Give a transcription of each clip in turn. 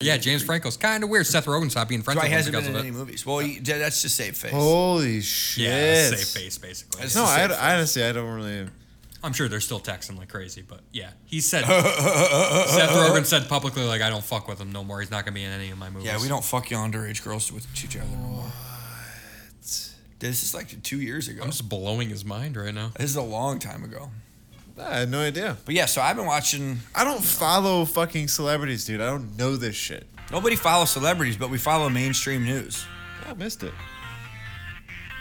Yeah, James Franco's kind of weird. Seth Rogen's not being friends That's why with he him hasn't been because in of any it. movies. Well, he, yeah, that's just save face. Holy shit. Yeah, safe face basically. That's- No, It's a I, safe I honestly, I don't really. I'm sure they're still texting like crazy, but yeah, he said Seth Rogen said publicly like I don't fuck with him no more. He's not gonna be in any of my movies. Yeah, we don't fuck you underage girls with each other anymore. This is like two years ago. I'm just blowing his mind right now. This is a long time ago. I had no idea. But yeah, so I've been watching. I don't follow fucking celebrities, dude. I don't know this shit. Nobody follows celebrities, but we follow mainstream news. I missed it.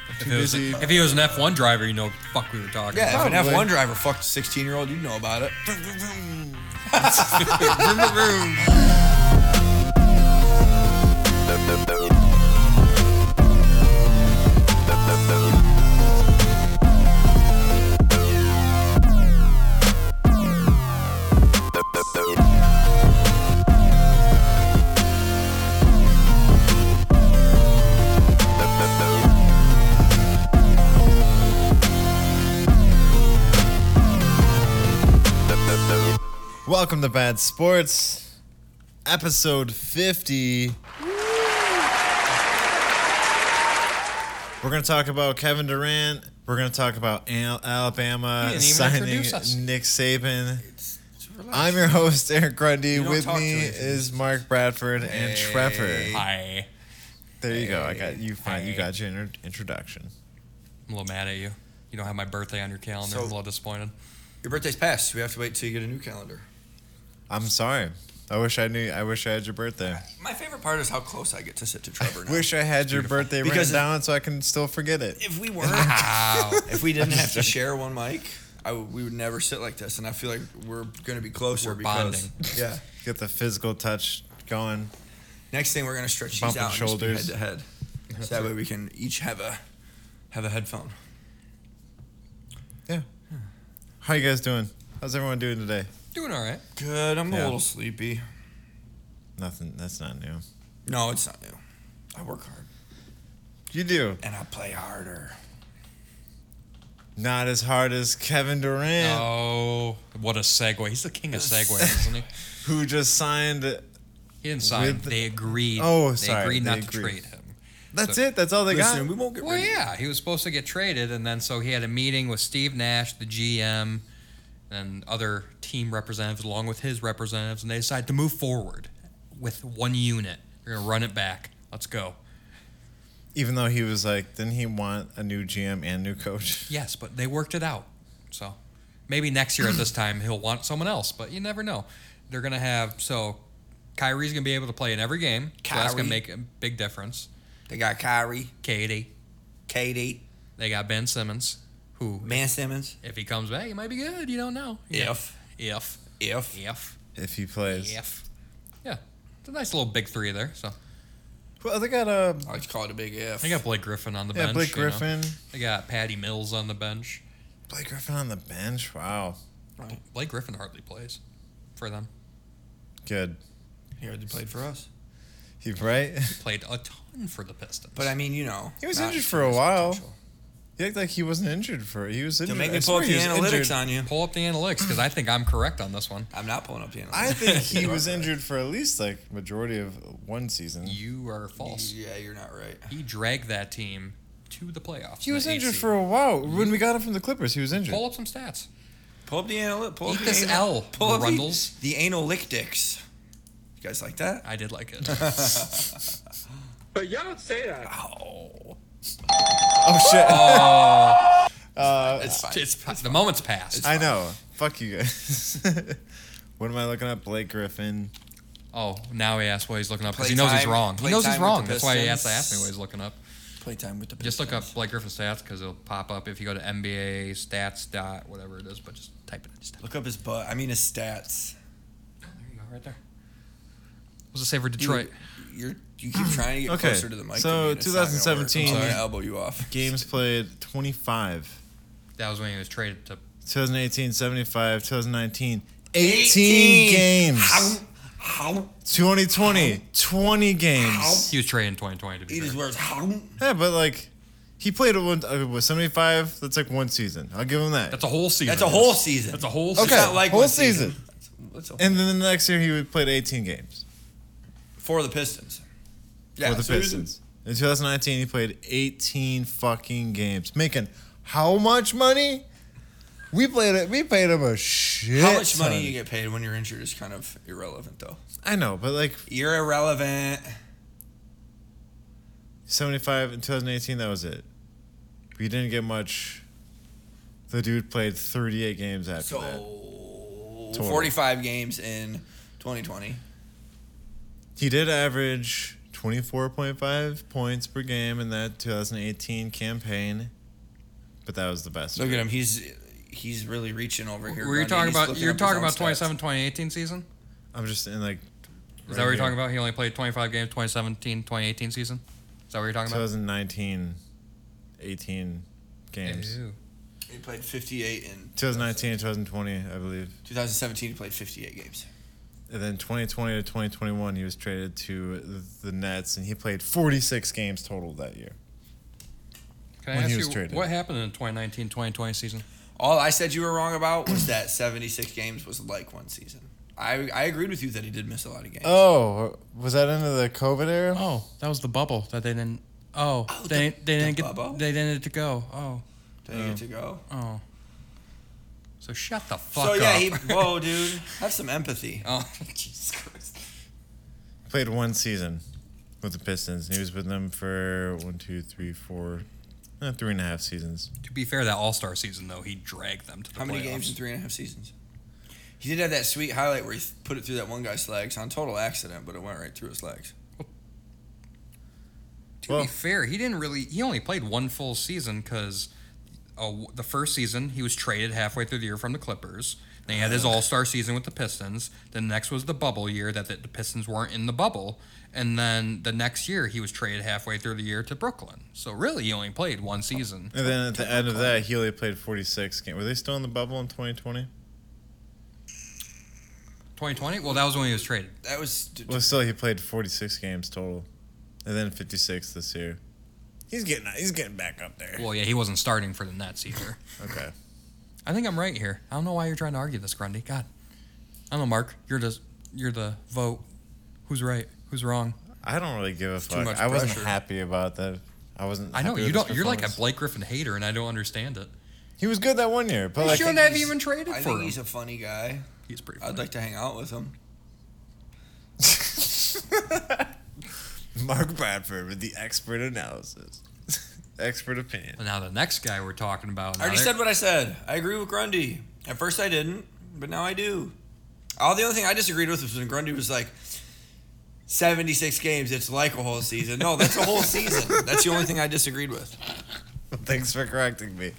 I'm If, too it was, busy. if he was an F1 driver, you know, fuck we were talking. Yeah, if an Probably. F1 driver fucked a 16 year old, you'd know about it. Welcome to Bad Sports, episode 50. We're going to talk about Kevin Durant. We're going to talk about Al- Alabama You didn't even signing introduce us. Nick Saban. It's relaxing. I'm your host, Eric Grundy. You don't With talk to me it. is Mark Bradford and Trevor. Hi. There you go. I got you. Fine. You Hey. got your inter- introduction. I'm a little mad at you. You don't have my birthday on your calendar. So- I'm a little disappointed. Your birthday's passed. We have to wait till you get a new calendar. I'm sorry. I wish I knew. I wish I had your birthday. My favorite part is how close I get to sit to Trevor now. Wish I had your birthday Because- written down so I can still forget it. if we weren't, if we didn't have to share one mic, I w- we would never sit like this. And I feel like we're going to be closer We're because bonding. yeah. Get the physical touch going. Next thing we're going to stretch these Bumping out shoulders shoulders. head to head, so that way we can each have a have a headphone. Yeah. How you guys doing? How's everyone doing today? Doing all right. Good. I'm a Yeah. little sleepy. Nothing. That's not new. No, it's not new. I work hard You do and I play harder. not as hard as Kevin Durant, Oh, what a segue. He's the king of segues, isn't he? who just signed. He didn't sign. With the- they agreed. Oh, They sorry, agreed they not to agreed. trade him. That's So- it. That's all they Listen, got. we won't get Well, rid of yeah, he was supposed to get traded, and then so he had a meeting with Steve Nash, the GM, and other team representatives, along with his representatives, and they decided to move forward with one unit. We're gonna run it back. Let's go. Even though he was like, didn't he want a new GM and new coach? Yes, but they worked it out. So maybe next year at this time he'll want someone else, but you never know. They're gonna have so Kyrie's gonna be able to play in every game. So that's Kyrie. gonna make a big difference. They got Kyrie, Katie, Katie, they got Ben Simmons, who Man Simmons. if he comes back, he might be good. You don't know. Yeah. If If. if If. If he plays. If. Yeah. It's a nice little big three there. So Well, they got a I like to call it a big if. they got Blake Griffin on the yeah, bench. Blake you know. Griffin. They got Patty Mills on the bench. Blake Griffin on the bench. Wow. right. Blake Griffin hardly plays for them. Good. He already played for us. He right? Played a ton for the Pistons. But I mean, you know, He was not injured to for a his while. potential. He acted like he wasn't injured for he was injured. Don't make I me pull swear up the he was analytics injured. on you. pull up the analytics because I think I'm correct on this one. I'm not pulling up the analytics. I think he You are was right. injured for at least like majority of one season. You are false. Yeah, you're not right. He dragged that team to the playoffs. He in was the eighth injured seed. for a while. When we got him from the Clippers, he was injured. Pull up some stats. Pull up the analytics. Pull up Eat the this anal- L, Pull up Rundles. the, the analytics. You guys like that? I did like it. But y'all don't say that. Oh, Oh shit. Uh, it's fine. it's the moment's passed. I know. Fuck you guys. what am I looking at? Blake Griffin. oh, now he asks what he's looking up because he Play knows he's time- wrong. He play knows he's time with wrong. the That's why he has to Pistons. ask me what he's looking up. Playtime with the Just look Pistons. up Blake Griffin stats because it'll pop up if you go to NBA stats dot whatever it is. But just type it. in. Just type Look up his butt. I mean his stats. it. There you go, right there. Was it save for You- Detroit? You're you keep trying to get Okay, closer to the mic. so than me, and it's not gonna work. 2017. I'm sorry, I elbow you off. Games played 25. That was when he was traded to. 2018, 75. 2019, 18, 18. games. How 2020, 20 games. He was traded in 2020 to be. eat his fair. words. How Yeah, but like, he played a one, uh, what, 75. That's like one season. I'll give him that. That's a whole season. That's a whole season. That's a whole Okay, season. not like whole one season. That's- that's a- And then the next year, he would played 18 games. for the Pistons. Yeah, for the so he was in- Pistons. In 2019, he played 18 fucking games, making how much money? We played it. We paid him a shit. How much money ton. you get paid when you're injured is kind of irrelevant, though. I know, but like You're irrelevant. 75 in 2018, that was it. We didn't get much. The dude played 38 games after So, that. 45 games in 2020. He did average 24.5 points per game in that 2018 campaign, but that was the best. Look at him. He's he's really reaching over here. Were you Grundy. talking He's about looking you're up his talking own about stats. 27 2018 season? I'm just in like. Is that what you're talking about? He only played 25 games 2017 2018 season? Is that what you're talking about? 2019, 18 games. Ew. He played 58 in 2019, 2020, I believe. 2017. He played 58 games. And then 2020 to 2021, he was traded to the Nets, and he played 46 games total that year. Can I When ask he was you traded. what happened in 2019 2020 season? All I said you were wrong about was that 76 games was like one season. I I agreed with you that he did miss a lot of games. Oh, was that into the COVID era? Oh, that was the bubble that they didn't Oh, Oh, they, the- they the didn't get bubble? they didn't get to go. Oh, Did he get to go? oh. So shut the fuck so up. yeah, he, whoa, dude, have some empathy. oh, Jesus Christ. Played one season with the Pistons. and He was with them for one, two, three, four, eh, three and a half seasons. To be fair, that All-Star season though, he dragged them to the How many playoffs. games in three and a half seasons? He did have that sweet highlight where he th- put it through that one guy's legs on total accident, but it went right through his legs. To Well- be fair, he didn't really. He only played one full season because uh, w- the first season he was traded halfway through the year from the Clippers. Then he had his All Star season with the Pistons. Then next was the bubble year that the, the Pistons weren't in the bubble, and then the next year he was traded halfway through the year to Brooklyn. So really, he only played one season. And then at the end of that, he only played 46 games. Were they still in the bubble in 2020? 2020. Well, that was when he was traded. That was d- d- Well, still, he played 46 games total, and then 56 this year. He's getting he's getting back up there. Well, yeah, he wasn't starting for the Nets either. Okay. I think I'm right here. I don't know why you're trying to argue this, Grundy. God, I don't know, Mark. You're the you're the vote. Who's right? Who's wrong? I don't really give a fuck. much I wasn't pressure. happy about that. I wasn't. I know happy you with his don't. You're like a performance. Blake Griffin hater, and I don't understand it. He was good that one year, but like shouldn't I have think even he's- traded I for think him. he's a funny guy. He's pretty. Funny. I'd like to hang out with him. Mark Bradford with the expert analysis, expert opinion. But now the next guy we're talking about. I already now said what I said. I agree with Grundy. At first, I didn't, but now I do. All the only thing I disagreed with was when Grundy was like, 76 games, it's like a whole season. No, that's a whole season. That's the only thing I disagreed with. Thanks for correcting me.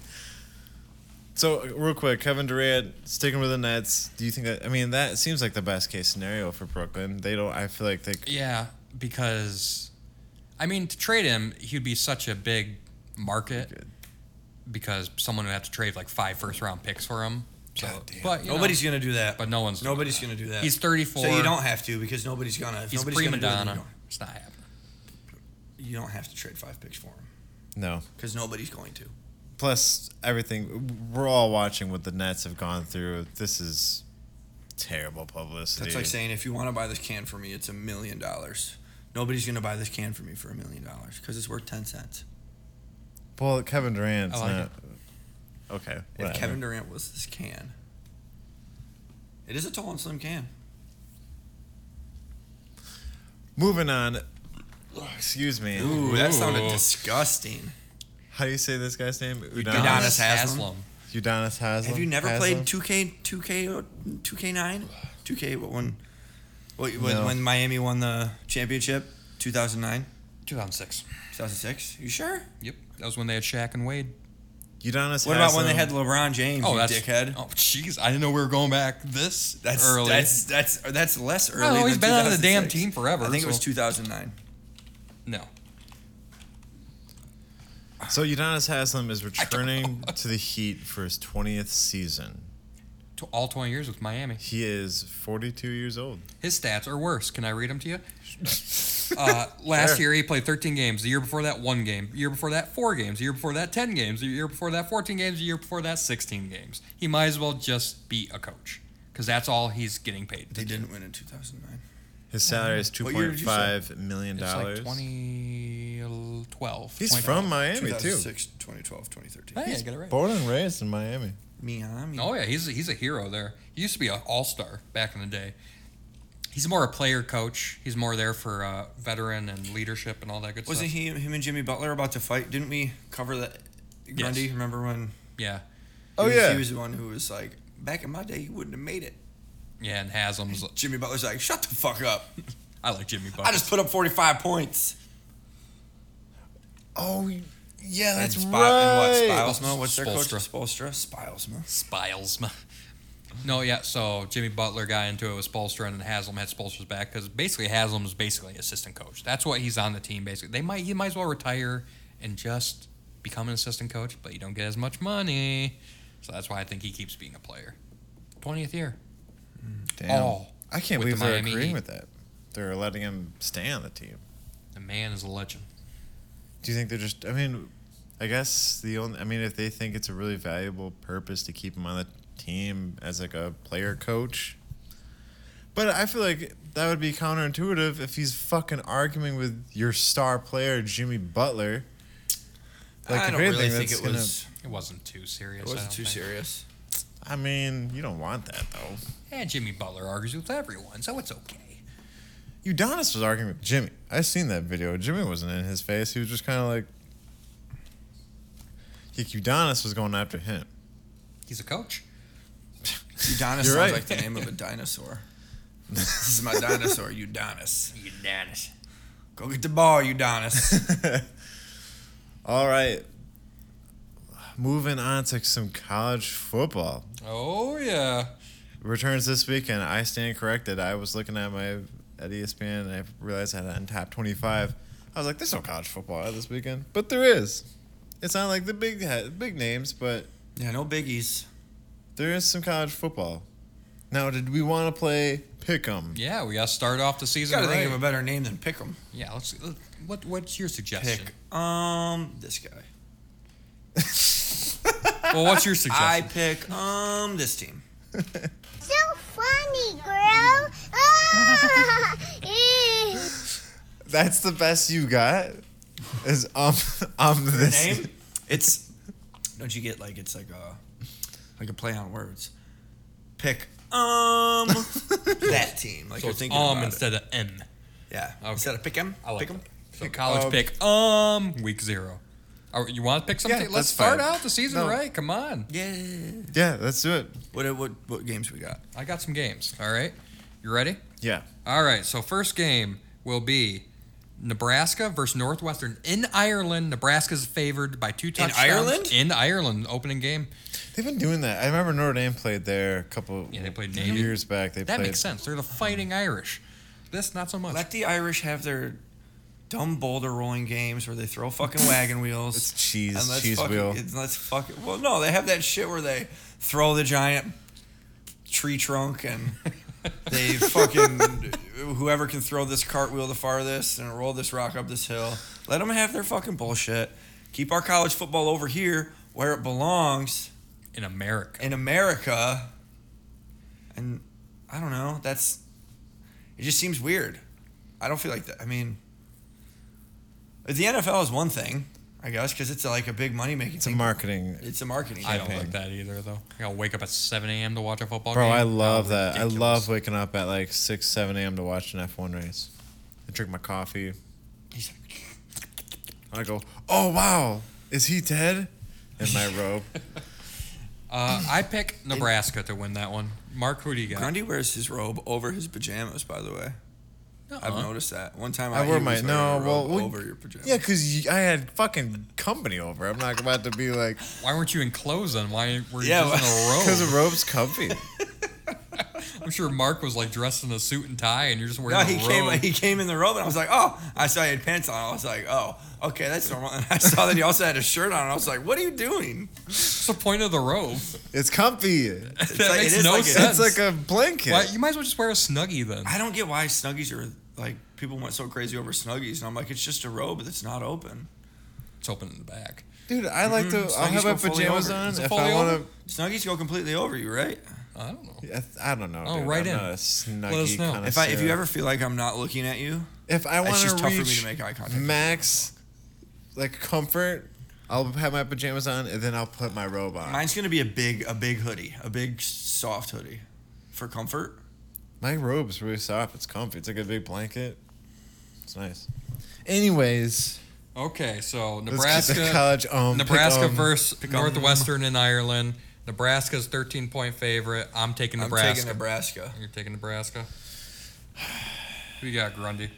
So real quick, Kevin Durant sticking with the Nets. Do you think that? I mean, that seems like the best case scenario for Brooklyn. They don't. I feel like they. Yeah, because, I mean, to trade him, he'd be such a big market Good. because someone would have to trade like five first round picks for him. So, God damn. but you know, Nobody's gonna do that. But no one's doing Oh, nobody's that. gonna do that. He's 34. So you don't have to because nobody's gonna. If He's nobody's prima gonna do it, donna. you, It's not happening. don't, you don't have to trade five picks for him No. because nobody's going to. Plus everything. We're all watching what the Nets have gone through. This is terrible publicity. That's like saying if you want to buy this can for me, it's a million dollars. Nobody's gonna buy this can for me for a million dollars because it's worth ten cents. Well, Kevin Durant's I like not. Okay. If whatever. Kevin Durant was this can, it is a tall and slim can. Moving on. Excuse me. Ooh, that sounded Ooh. disgusting. How do you say this guy's name? Udonis Haslam. Udonis Haslam. Have you never Haslam? played 2K, 2K, 2K9? 2K, what one? What, when, No. when Miami won the championship? 2009? 2006. 2006? You sure? Yep, that was when they had Shaq and Wade. Udonis What about when they had LeBron James, Oh, you that's dickhead? Oh, jeez, I didn't know we were going back this That's early. That's that's that's less early. no, than he's been on the damn 2006. team forever, I think it was so- 2009. no. So Udonis Haslam is returning to the Heat for his 20th season. To all 20 years with Miami. He is 42 years old. His stats are worse. Can I read them to you? Uh, last Sure. year he played 13 games. The year before that, one game. The year before that, four games. The year before that, 10 games. The year before that, 14 games. The year before that, 16 games. He might as well just be a coach because that's all he's getting paid. They didn't win in 2009. His salary is two What year did point you five million It's like dollars. 2012. He's from Miami too. 2006, 2012, 2013. Hey, I got it right. Born and raised in Miami. Miami. Oh yeah, he's a, he's a hero there. He used to be an all star back in the day. He's more a player coach. He's more there for uh, veteran and leadership and all that good Wasn't stuff. he him and Jimmy Butler about to fight? Didn't we cover that? Grundy, remember when? he Yeah, Oh was- yeah. he was the one who was like, back in my day, you wouldn't have made it. yeah, and Haslam's. Jimmy Butler's like, shut the fuck up. I like Jimmy Butler. I just put up 45 points. oh yeah, that's and right. And what? Spilesma? What's their coach? Spoelstra. Spolstra. Spilesma. Spiles. No, yeah. So Jimmy Butler got into it with Spolstra, and then Haslam had Spolstra's back because basically Haslam is basically assistant coach. That's what he's on the team. Basically, they might he might as well retire and just become an assistant coach, but you don't get as much money. So that's why I think he keeps being a player. Twentieth year. Damn. all I can't with believe the they're Miami agreeing Heat. with that. They're letting him stay on the team. The man is a legend. Do you think they're just? I mean, I guess the only. I mean, if they think it's a really valuable purpose to keep him on the team as like a player coach, but I feel like that would be counterintuitive if he's fucking arguing with your star player Jimmy Butler. I if don't really anything, think that's it was. It wasn't too serious. It I wasn't don't too think. serious. I mean, you don't want that though. And Jimmy Butler argues with everyone, so it's okay. Udonis was arguing with Jimmy. I seen that video. Jimmy wasn't in his face. He was just kind of like. Like Udonis was going after him. He's a coach. Udonis You're sounds right. like the name of a dinosaur. this is my dinosaur, Udonis. Udonis. Go get the ball, Udonis. All right. Moving on to some college football. Oh yeah. Returns this weekend. I stand corrected. I was looking at my at E ESPN and I realized I had it on top 25. I was like, there's no college football out this weekend. But there is. It's not like the big ha- big names, but yeah, no biggies. there is some college football. Now, did we want to play pick 'em? Yeah, we gotta start off the You season. gotta right. think of a better name than Pick'em. Yeah, let's. let- What What's your suggestion? Pick. Um, this guy. Well, what's your I suggestion? pick um this team. So funny, girl. Ah! Ew. That's the best you got. Is um um this It's don't you get like it's like a like a play on words. Pick um that team. Like so you're it's thinking um about instead of m. it. Yeah. Okay. Instead of pick 'em, I like pick 'em. that. So college pick um week zero. Oh, you want to pick something? that's Let's start fine. out the season No. right. Come on, Yeah. Yeah, let's do it. What what what games we got? I got some games. All right, you ready? Yeah. All right. So first game will be Nebraska versus Northwestern in Ireland. Nebraska's favored by two touchdowns. Ireland? In Ireland, opening game. They've been doing that. I remember Notre Dame played there a couple Yeah, they played Navy. years back. They That played makes sense. They're the Fighting Irish. This not so much. Let the Irish have their dumb boulder rolling games where they throw fucking wagon wheels. It's cheese- And let's cheese fucking, wheel. and Let's fuck it. Well, no, they have that shit where they throw the giant tree trunk and they fucking whoever can throw this cartwheel the farthest and roll this rock up this hill. Let them have their fucking bullshit. Keep our college football over here where it belongs in America. in America. And I don't know. That's it. Just seems weird. I don't feel like that. I mean, the NFL is one thing, I guess, because it's like a big money making. It's a marketing. It's a marketing. I don't campaign. like that either, though. I'll wake up at 7 a.m. to watch a football Bro, game. I love Oh, that. I ridiculous. love waking up at like 6, 7 a.m. to watch an F1 race. I drink my coffee. He's like, I go, oh, wow. Is he dead? In my robe. Uh, I pick Nebraska to win that one. Mark, who do you got? Grundy wears his robe over his pajamas. By the way, I've Uh-uh. noticed that. One time I he wore was my. wearing No, a well. robe well, over your pajamas. Yeah, because I had fucking company over. I'm not about to be like. Why weren't you in clothes then? Why were you Yeah, just Because in a robe? the robe's comfy. I'm sure Mark was like dressed in a suit and tie and you're just wearing No, a he robe. came. He came in the robe, and I was like, "Oh!" I saw he had pants on. I was like, "Oh, okay, that's normal." And I saw that he also had a shirt on. And I was like, "What are you doing?" What's the point of the robe? It's comfy. that like- it makes is no like a- sense. It's like a blanket. Why- you might as well just wear a snuggie then. I don't get why snuggies are like people went so crazy over snuggies, and I'm like, it's just a robe that's not open. It's open in the back. Dude, I like to. Mm, I'll Mm-hmm. Snuggies have go my fully pajamas over. on Is it if fully I want over? to. Snuggies go completely over you, right? I don't know. I, th- I don't know. Oh, dude. write I'm in. Not a snuggy Let us know. connoisseur. If I if you ever feel like I'm not looking at you, if I want just to tough reach for me to make eye contact with max, like comfort, I'll have my pajamas on and then I'll put my robe on. mine's gonna be a big a big hoodie, a big soft hoodie, for comfort. My robe's really soft. It's comfy. It's like a big blanket. It's nice. Anyways, Okay, so let's get to Nebraska, college. Um, pick, Nebraska um, versus um. Northwestern and Ireland. Nebraska's 13 point favorite. I'm taking Nebraska. I'm taking Nebraska. You're taking Nebraska. Who you got, Grundy?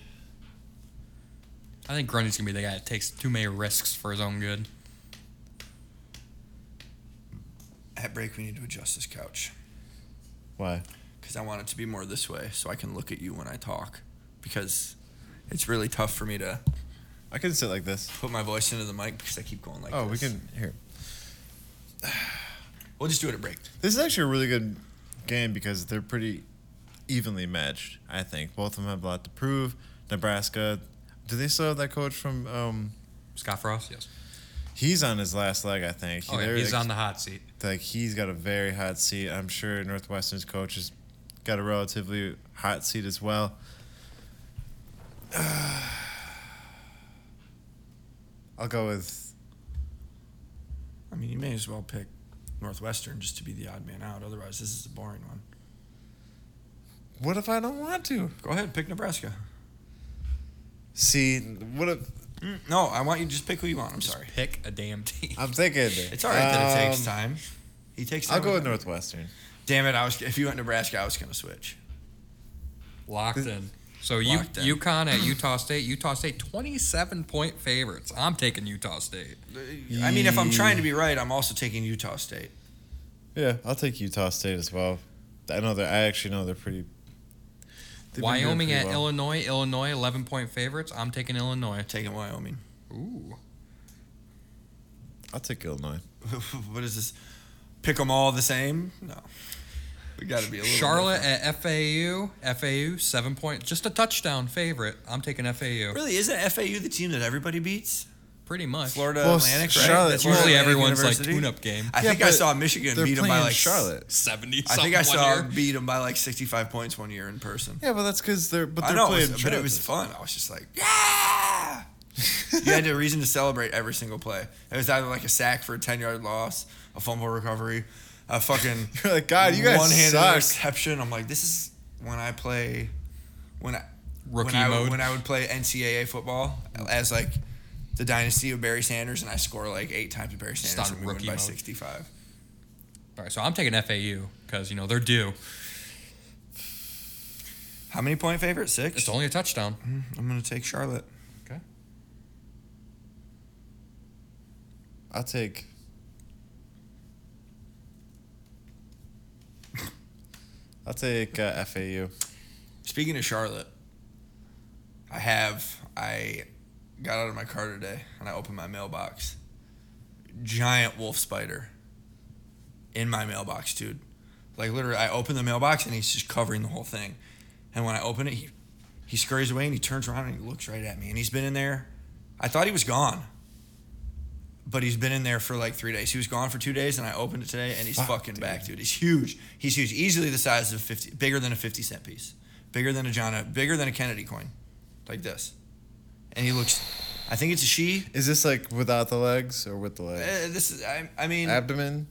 I think Grundy's gonna be the guy that takes too many risks for his own good. At break, we need to adjust this couch Why? because I want it to be more this way, so I can look at you when I talk, because it's really tough for me to I can sit like this. put my voice into the mic because I keep going like. Oh, we this. can here. We'll just do it at break. This is actually a really good game because they're pretty evenly matched. I think both of them have a lot to prove. Nebraska, do they still have that coach from? Um, Scott Frost, yes. he's on his last leg, I think. Oh, yeah, They're, he's like, on the hot seat. like he's got a very hot seat. I'm sure Northwestern's coach has got a relatively hot seat as well. I'll go with I mean, you may as well pick Northwestern just to be the odd man out. Otherwise, this is a boring one. what if I don't want to? Go ahead, pick Nebraska. See, what if No, I want you to just pick who you want. I'm sorry. Pick a damn team. I'm thinking? It's all right that it takes um, time. He takes. Time I'll go with that. Northwestern. Damn it! I was if you went Nebraska, I was gonna switch. Locked in. So you Locked in. UConn at Utah State. Utah State 27 point favorites. I'm taking Utah State. I mean, if I'm trying to be right, I'm also taking Utah State. Yeah, I'll take Utah State as well. I know they're. I actually know they're pretty. they've been doing Wyoming pretty at well. Illinois. Illinois 11 point favorites. I'm taking Illinois. Taking Wyoming. Ooh. I'll take Illinois. what is this? Pick them all the same? No, we got to be a little. Charlotte different. at FAU. FAU 7 point just a touchdown favorite. I'm taking FAU. Really, isn't FAU the team that everybody beats? Pretty much. Florida Well, Atlantic, right? Charlotte- That's Florida Usually Atlantic everyone's like University? tune up game. I Yeah, think I but saw Michigan They're beat them by playing like s- 70 I think I something saw one year. beat them by like 65 points one year in person. Yeah, but that's because they're. But I they're know, it playing. was, but it was fun. I was just like, yeah. you had a reason to celebrate every single play. It was either like a sack for a 10 yard loss, a fumble recovery, a fucking You're like, God, you guys one-handed suck." interception. I'm like, this is when I play when I Rookie when I, mode. when I would play NCAA football as like the dynasty of Barry Sanders, and I score like eight times with Barry Sanders, on and we win rookie by mode. 65. All right, so I'm taking FAU because, you know, they're due. How many point favorite? Six. It's only a touchdown. I'm gonna take Charlotte. Okay. I'll take. I'll take uh, FAU. Speaking of Charlotte, I have I got out of my car today and I opened my mailbox. Giant wolf spider in my mailbox, dude. Like literally, I open the mailbox and he's just covering the whole thing. And when I open it, he he scurries away and he turns around and he looks right at me. And he's been in there. I thought he was gone, but he's been in there for like three days. He was gone for two days, and I opened it today and he's fucking back, dude. He's huge. He's huge. Easily the size of fifty, bigger than a fifty cent piece, bigger than a John, bigger than a Kennedy coin, like this. And he looks. I think it's a she. Is this like without the legs or with the Uh, legs? this is. I, I mean. Abdomen.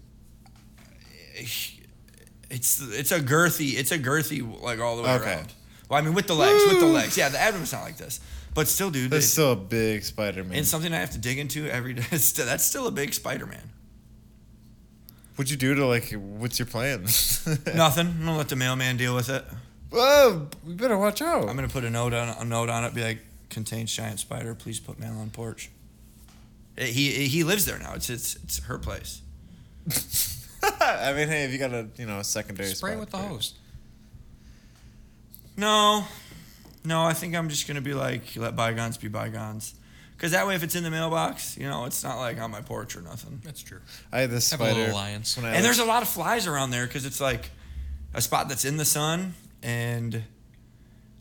it's it's a girthy it's a girthy like all the way Okay. around. Well, I mean with the legs, with the legs. Yeah, the abdomen's not like this, but still, dude, That's it's- still a big Spider Man. and something I have to dig into every day. It's still- That's still a big Spider-Man. What'd you do to like? What's your plan? Nothing. I'm gonna let the mailman deal with it. Whoa! We better watch out. I'm gonna put a note on a note on it. Be like, contains giant spider. Please put mail on porch. Eh, He he lives there now. It's it's it's her place. I mean, hey, if you got a you know a secondary Spray spot with the there. hose. No, no. I think I'm just gonna be like, let bygones be bygones. Cause that way, if it's in the mailbox, you know, it's not like on my porch or nothing. That's true. I had this Have a spider. little alliance. When I and lived- there's a lot of flies around there because it's like a spot that's in the sun and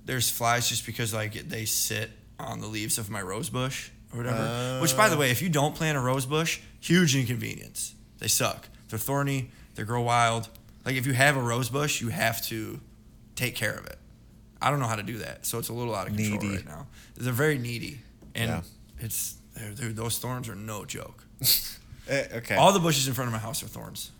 there's flies just because like it- they sit on the leaves of my rose bush or whatever which by the Oh. way if you don't plant a rose bush huge inconvenience they suck they're thorny they grow wild Like if you have a rose bush, you have to take care of it. I don't know how to do that, so it's a little out of control Needy. right now. They're very needy, and Yeah. it's they're, they're, those thorns are no joke. Eh, okay. All the bushes in front of my house are thorns.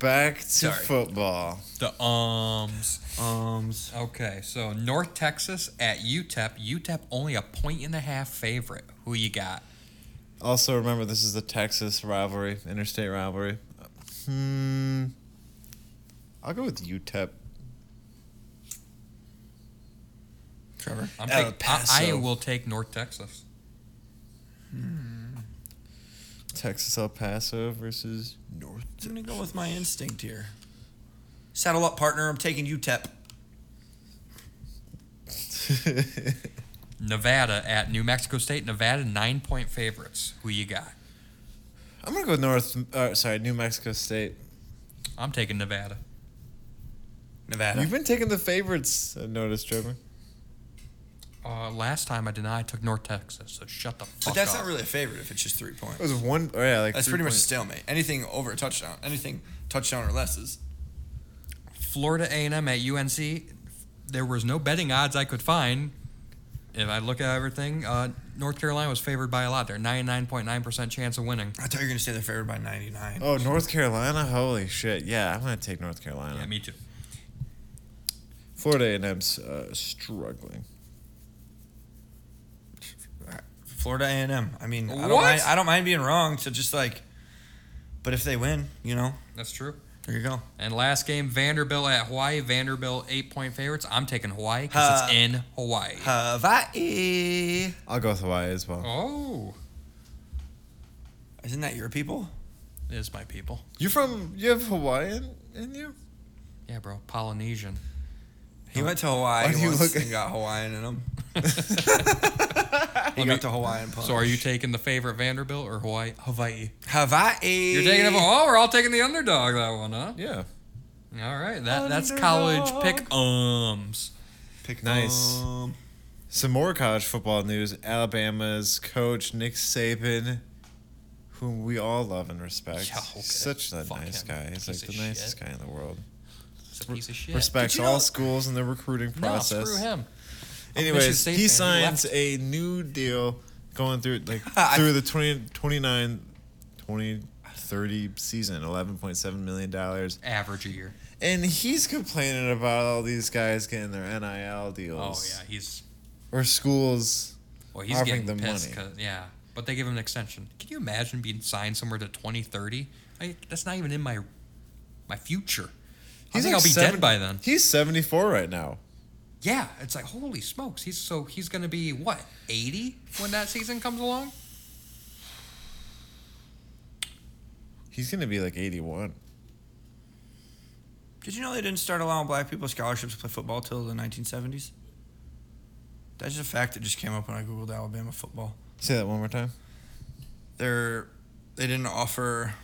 Back to Sorry. football. The ums. Ums. Okay, so North Texas at E UTEP. UTEP only a point and a half favorite. Who you got? Also, remember this is the Texas rivalry, interstate rivalry. Hmm. I'll go with E UTEP. Trevor. Uh, I'm El take- I, I Paso. will take North Texas. Texas El Paso versus North. I'm gonna go with my instinct here. Saddle up, partner. I'm taking E UTEP. Nevada at New Mexico State. Nevada nine point favorites. Who you got? I'm gonna go with North. Uh, sorry, New Mexico State. I'm taking Nevada. Nevada. You've been taking the favorites. I noticed, Trevor. Uh, last time I did not. I took North Texas. So shut the fuck up. But that's not really a favorite if it's just three points. It was one. Oh yeah, like That's three pretty much a points. stalemate. Anything over a touchdown, anything touchdown or less is Florida A&M at UNC. There was no betting odds I could find. If I look at everything, uh, North Carolina was favored by a lot. They're 99.9% chance of winning. I thought you were gonna say they're favored by 99. Oh, North Carolina. Holy shit. Yeah, I'm gonna take North Carolina. Yeah, me too. Florida A&M's uh, struggling. Florida A&M. I mean, I don't What? mind, I don't mind being wrong. So just like, but if they win, you know, That's true. there you go. And last game, Vanderbilt at Hawaii. Vanderbilt eight point favorites. I'm taking Hawaii because Huh. it's in Hawaii. Hawaii. I'll go with Hawaii as well. Oh, Isn't that your people? it is my people. You from? You have Hawaiian in you? Yeah, bro, Polynesian. He went to Hawaii Why do you once look- and got Hawaiian in him. he got the Hawaiian punch. So are you taking the favorite Vanderbilt or Hawaii? Hawaii. Hawaii? You're taking oh, we're all taking the underdog that one, huh? Yeah. All right, that that's college pick ums. Pick nice. Um, Some more college football news. Alabama's coach Nick Saban, whom we all love and respect. Yeah, okay. He's such a Fuck nice him. guy. He's Piece like the of nicest shit. guy in the world. It's a piece of shit. Respects Did you all know- schools and the recruiting No, process. screw him. I'm a Michigan Anyways, State he fan. He left. signs a new deal going through like through the 20, 29 2030 season, eleven point seven million dollars. Average a year. And he's complaining about all these guys getting their NIL Oh deals. yeah, he's Or schools. well, he's getting Offering them pissed. money. 'cause- yeah, but they give him an extension. Can you imagine being signed somewhere to 2030? I, that's not even in my my future. I think like I'll be seven- dead by then. He's 74 right now. Yeah, it's like holy smokes. He's so he's gonna be what 80 when that season comes along. He's going to be like 81. Did you know they didn't start allowing black people scholarships to play football till the 1970s? That's just a fact that just came up when I googled Alabama football. Say that one more time. They're they didn't offer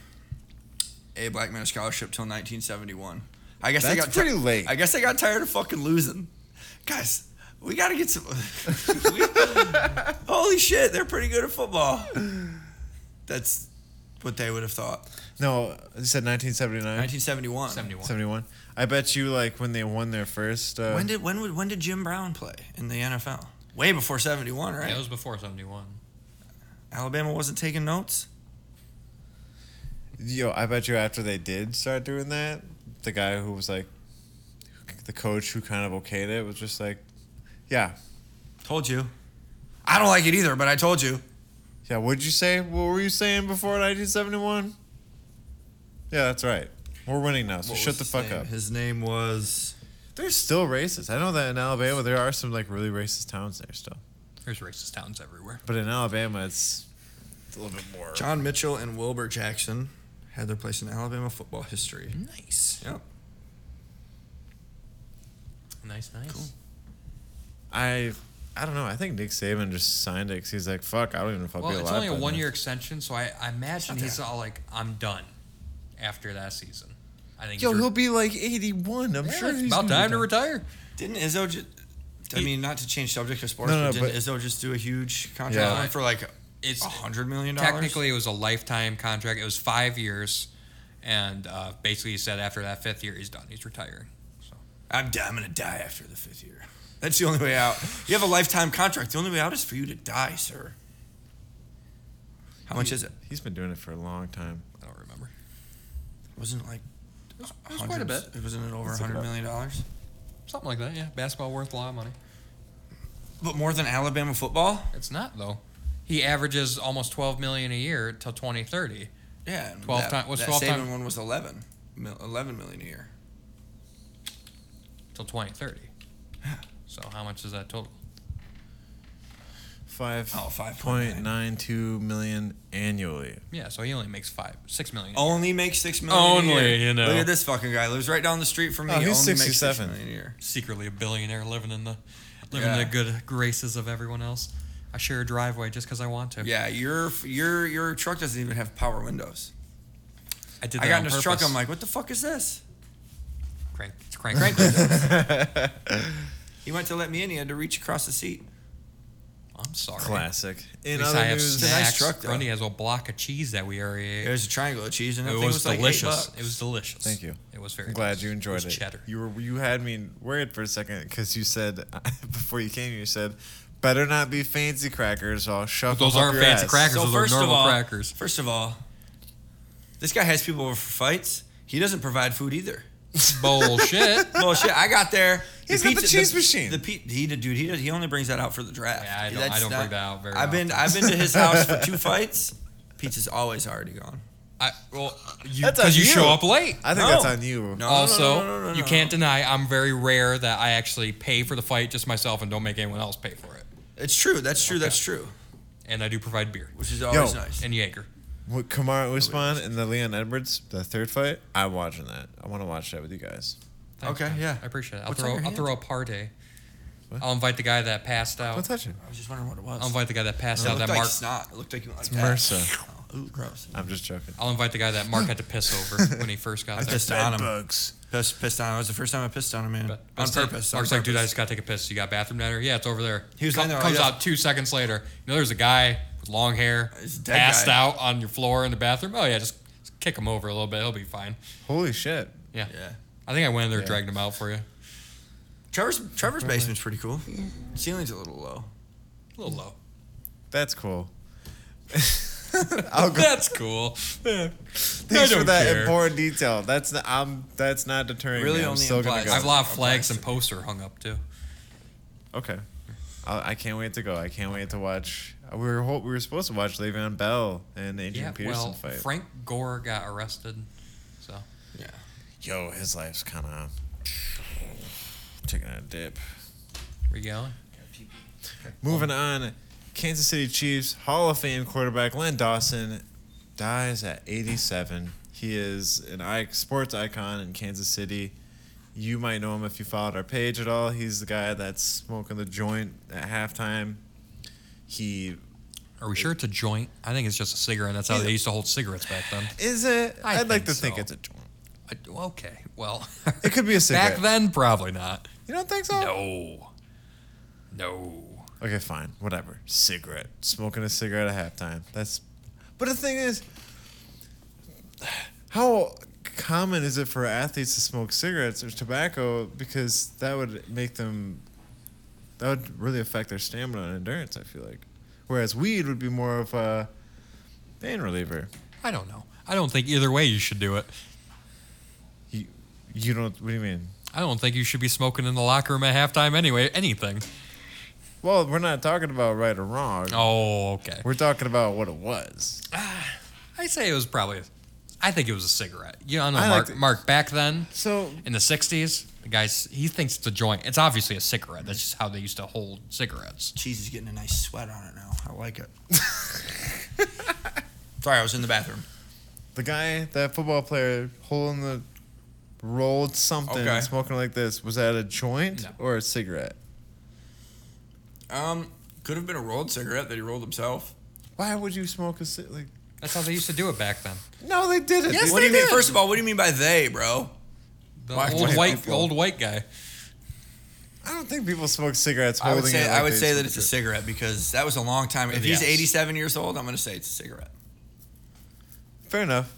a black man a scholarship till 1971. I guess they That's got pretty late. I guess they got tired of fucking losing. Guys, we gotta get some. holy shit, they're pretty good at football. That's what they would have thought. No, you said 1979. 1971. 71. 71. I bet you like when they won their first uh, When did when would when did Jim Brown play in the NFL? Way before 71, right? Yeah, it was before 71. Alabama wasn't taking notes. Yo, I bet you after they did start doing that, the guy who was like, the coach who kind of okayed it was just like, yeah, Told you. I don't like it either, but I told you. yeah. What'd you say? What were you saying before 1971? Yeah, that's right. We're winning now, so shut the fuck up. His name was. There's still racist. I know that in Alabama there are some like really racist towns there still, There's racist towns everywhere. but in Alabama it's, it's a little bit more. John Mitchell and Wilbur Jackson had their place in Alabama football history. Nice. Yep. Nice, nice. I I don't know. I think Nick Saban just signed it because he's like, fuck, I don't even know if I'll Well, be alive. it's only a by then." one year extension, so I, I imagine not he's that- all like, I'm done after that season. I think Yo, he's re- he'll be like 81. I'm Yeah, sure it's he's about gonna be time to done. retire. Didn't Izzo just. I He- mean, not to change subject of sports, No, no, but didn't but- Izzo just do a huge Yeah. contract for like It's a hundred million dollars? technically it was a lifetime contract. It was five years, And uh, basically, he said after that fifth year, he's done. He's retiring. So I'm, di- I'm gonna die after the fifth year. That's the only way out. You have a lifetime contract. The only way out is for you to die, sir. How much is it? He's been doing it for a long time. I don't remember. Wasn't it like It was quite a hundreds- bit. It wasn't it over Let's look it hundred up. million dollars? Something like that, yeah. Basketball worth a lot of money. But more than Alabama football? It's not though. He averages almost 12 million a year till 2030. Yeah. and 12 that, time- what's that 12 Saban time- one was 11, mil- 11 million a year. Till 2030. So how much is that total? Five Oh, 5.9. point nine two million annually. Yeah, so he only makes five, six million. Oh, Only makes six million. a Only, year. you know. Look at this fucking guy. Lives right down the street from me. Oh, he's Only makes six 67. million a year. secretly a billionaire living in the living in Yeah. the good graces of everyone else. I share a driveway just because I want to. Yeah, your your your truck doesn't even have power windows. I did. That I got on in his purpose. truck. I'm like, what the fuck is this? crank, it's crank, crank. He went to let me in. He had to reach across the seat. I'm sorry. Classic. In At least other I have news- a nice snacks. truck, though. Grundy has a block of cheese that we already ate. It was a triangle of cheese, and that It thing was, was like eight delicious. bucks. it was delicious. Thank you. It was very. I'm glad delicious. you enjoyed it. was Cheddar. You were you had me worried for a second because you said before you came you said better not be fancy crackers. I'll shove Those up aren't your fancy ass." crackers. So Those are first of normal all, crackers. first of all, this guy has people over for fights. He doesn't provide food either. Bullshit. Well, shit, I got there. He's got the cheese machine. The pe- he did, dude. He did, he only brings that out for the draft. Yeah, I don't- I That's don't bring that out very I've been I've been to his house for two fights. Pizza's always already gone. I, well, That's on because you, you. show up late. I think No. that's on you. No. also, no, no, no, you no. can't deny I'm very rare that I actually pay for the fight just myself and don't make anyone else pay for it. It's true. That's true. That's true. And I do provide beer Which is always Yo. nice. and Jaeger. With Kamara Usman and the Leon Edwards, the third fight. I'm watching that. I want to watch that with you guys. Thanks, Okay, man. yeah. I appreciate it. I'll What's on throw your I'll hand? throw a party. What? I'll invite the guy that passed out. Don't touch it. I was just wondering what it was. I'll invite the guy that passed it out looked that like Mark. snot. It looked like you went like MRSA. that. Oh, Ooh, gross. I'm just joking. I'll invite the guy that Mark had to piss over when he first got there. Pissed on him. bugs. Pissed, pissed on him. It was the first time I pissed on him, man. But- on Mark's like- purpose. on Mark's like, dude, I purpose." just gotta take a piss. You got bathroom down here? Yeah, it's over there. He was Com- laying there like comes this. out two seconds later. You know, there's a guy with long hair It's a dead passed guy. out on your floor in the bathroom. Oh yeah, just, just kick him over a little bit. He'll be fine. Holy shit. Yeah. Yeah. I think I went in there and Yeah. dragged him out for you. Trevor's Trevor's basement's pretty cool. Ceiling's a little low. A little low. That's cool. Oh, I'll go. That's cool. Thanks for don't that care. important detail. That's not, I'm. That's not deterring Really me. I'm only still gonna implies- go. I've lost Okay. flags and poster hung up too. Okay. I, I can't wait to go. I can't wait to watch. We were ho- we were supposed to watch Le'Veon Bell and the Adrian Yeah, Peterson well, fight. Frank Gore got arrested, so Yeah. Yo, his life's kind of taking a dip. where you going? Moving on, Kansas City Chiefs Hall of Fame quarterback Len Dawson dies at 87. He is an i- sports icon in Kansas City. You might know him if you followed our page at all. He's the guy that's smoking the joint at halftime. He Are we sure it's a joint? I think it's just a cigarette. That's how they used to hold cigarettes back then. is it. I I'd think like to think so. it's a joint. I- okay, well, It could be a cigarette. back then probably not. You don't think so? No, no. Okay, fine, whatever. Cigarette, smoking a cigarette at halftime. That's, but the thing is, how common is it for athletes to smoke cigarettes or tobacco? Because that would make them, that would really affect their stamina and endurance. I feel like, whereas weed would be more of a pain reliever. I don't know. I don't think either way you should do it. You, you don't. What do you mean? I don't think you should be smoking in the locker room at halftime anyway. Anything. Well, we're not talking about right or wrong. Oh, okay. We're talking about what it was. I say it was probably. I think it was a cigarette. You know, I know I like Mark, to- Mark back then. So in the 60s the guys he thinks it's a joint it's obviously a cigarette that's just how they used to hold cigarettes Cheese is getting a nice sweat on it now. I like it. Sorry, I was in the bathroom. The guy, that football player, holding the rolled something, Okay. smoking like this, was that a joint No. or a cigarette? Um, could have been a rolled cigarette that he rolled himself. Why would you smoke a ci- like? that's how they used to do it back then No, they did it. Yes, what do you mean? First of all, what do you mean by they, bro? the Black old white white people. old white guy I don't think people smoke cigarettes I holding would say it. I would say that it's a cigarette because that was a long time. If he's Yes. 87 years old, I'm going to say it's a cigarette. Fair enough.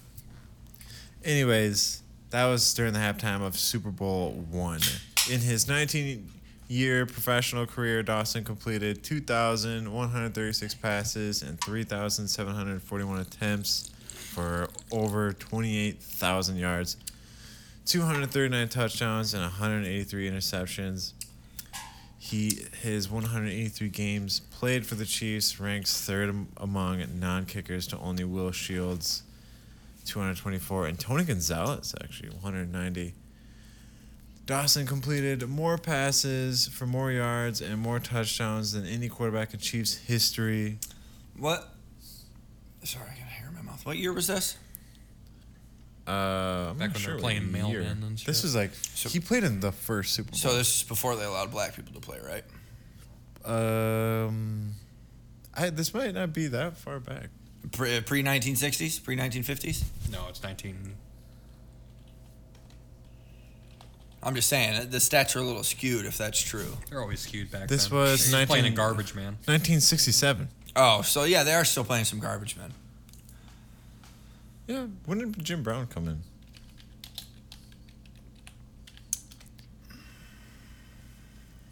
Anyways, that was during the halftime of Super Bowl one. In his 19 year professional career, Dawson completed 2,136 passes and 3,741 attempts for over 28,000 yards, 239 touchdowns, and 183 interceptions. He his 183 games played for the Chiefs ranks third am- among non-kickers to only Will Shields, 224, and Tony Gonzalez actually 190. Dawson completed more passes for more yards and more touchdowns than any quarterback in Chiefs history. What? Sorry, I got hair in my mouth. What year was this? Uh, I'm Back not when they sure were what playing year. mailmen and This shit. was like he played in the first Super Bowl. So this is before they allowed black people to play, right? um, I this might not be that far back. Pre 1960s, pre 1950s. No, it's 19. I'm just saying uh, the stats are a little skewed if that's true. They're always skewed back This then. was He's playing in 19 garbage, man. 1967. Oh, so yeah, they are still playing some garbage men. Yeah, when did Jim Brown come in?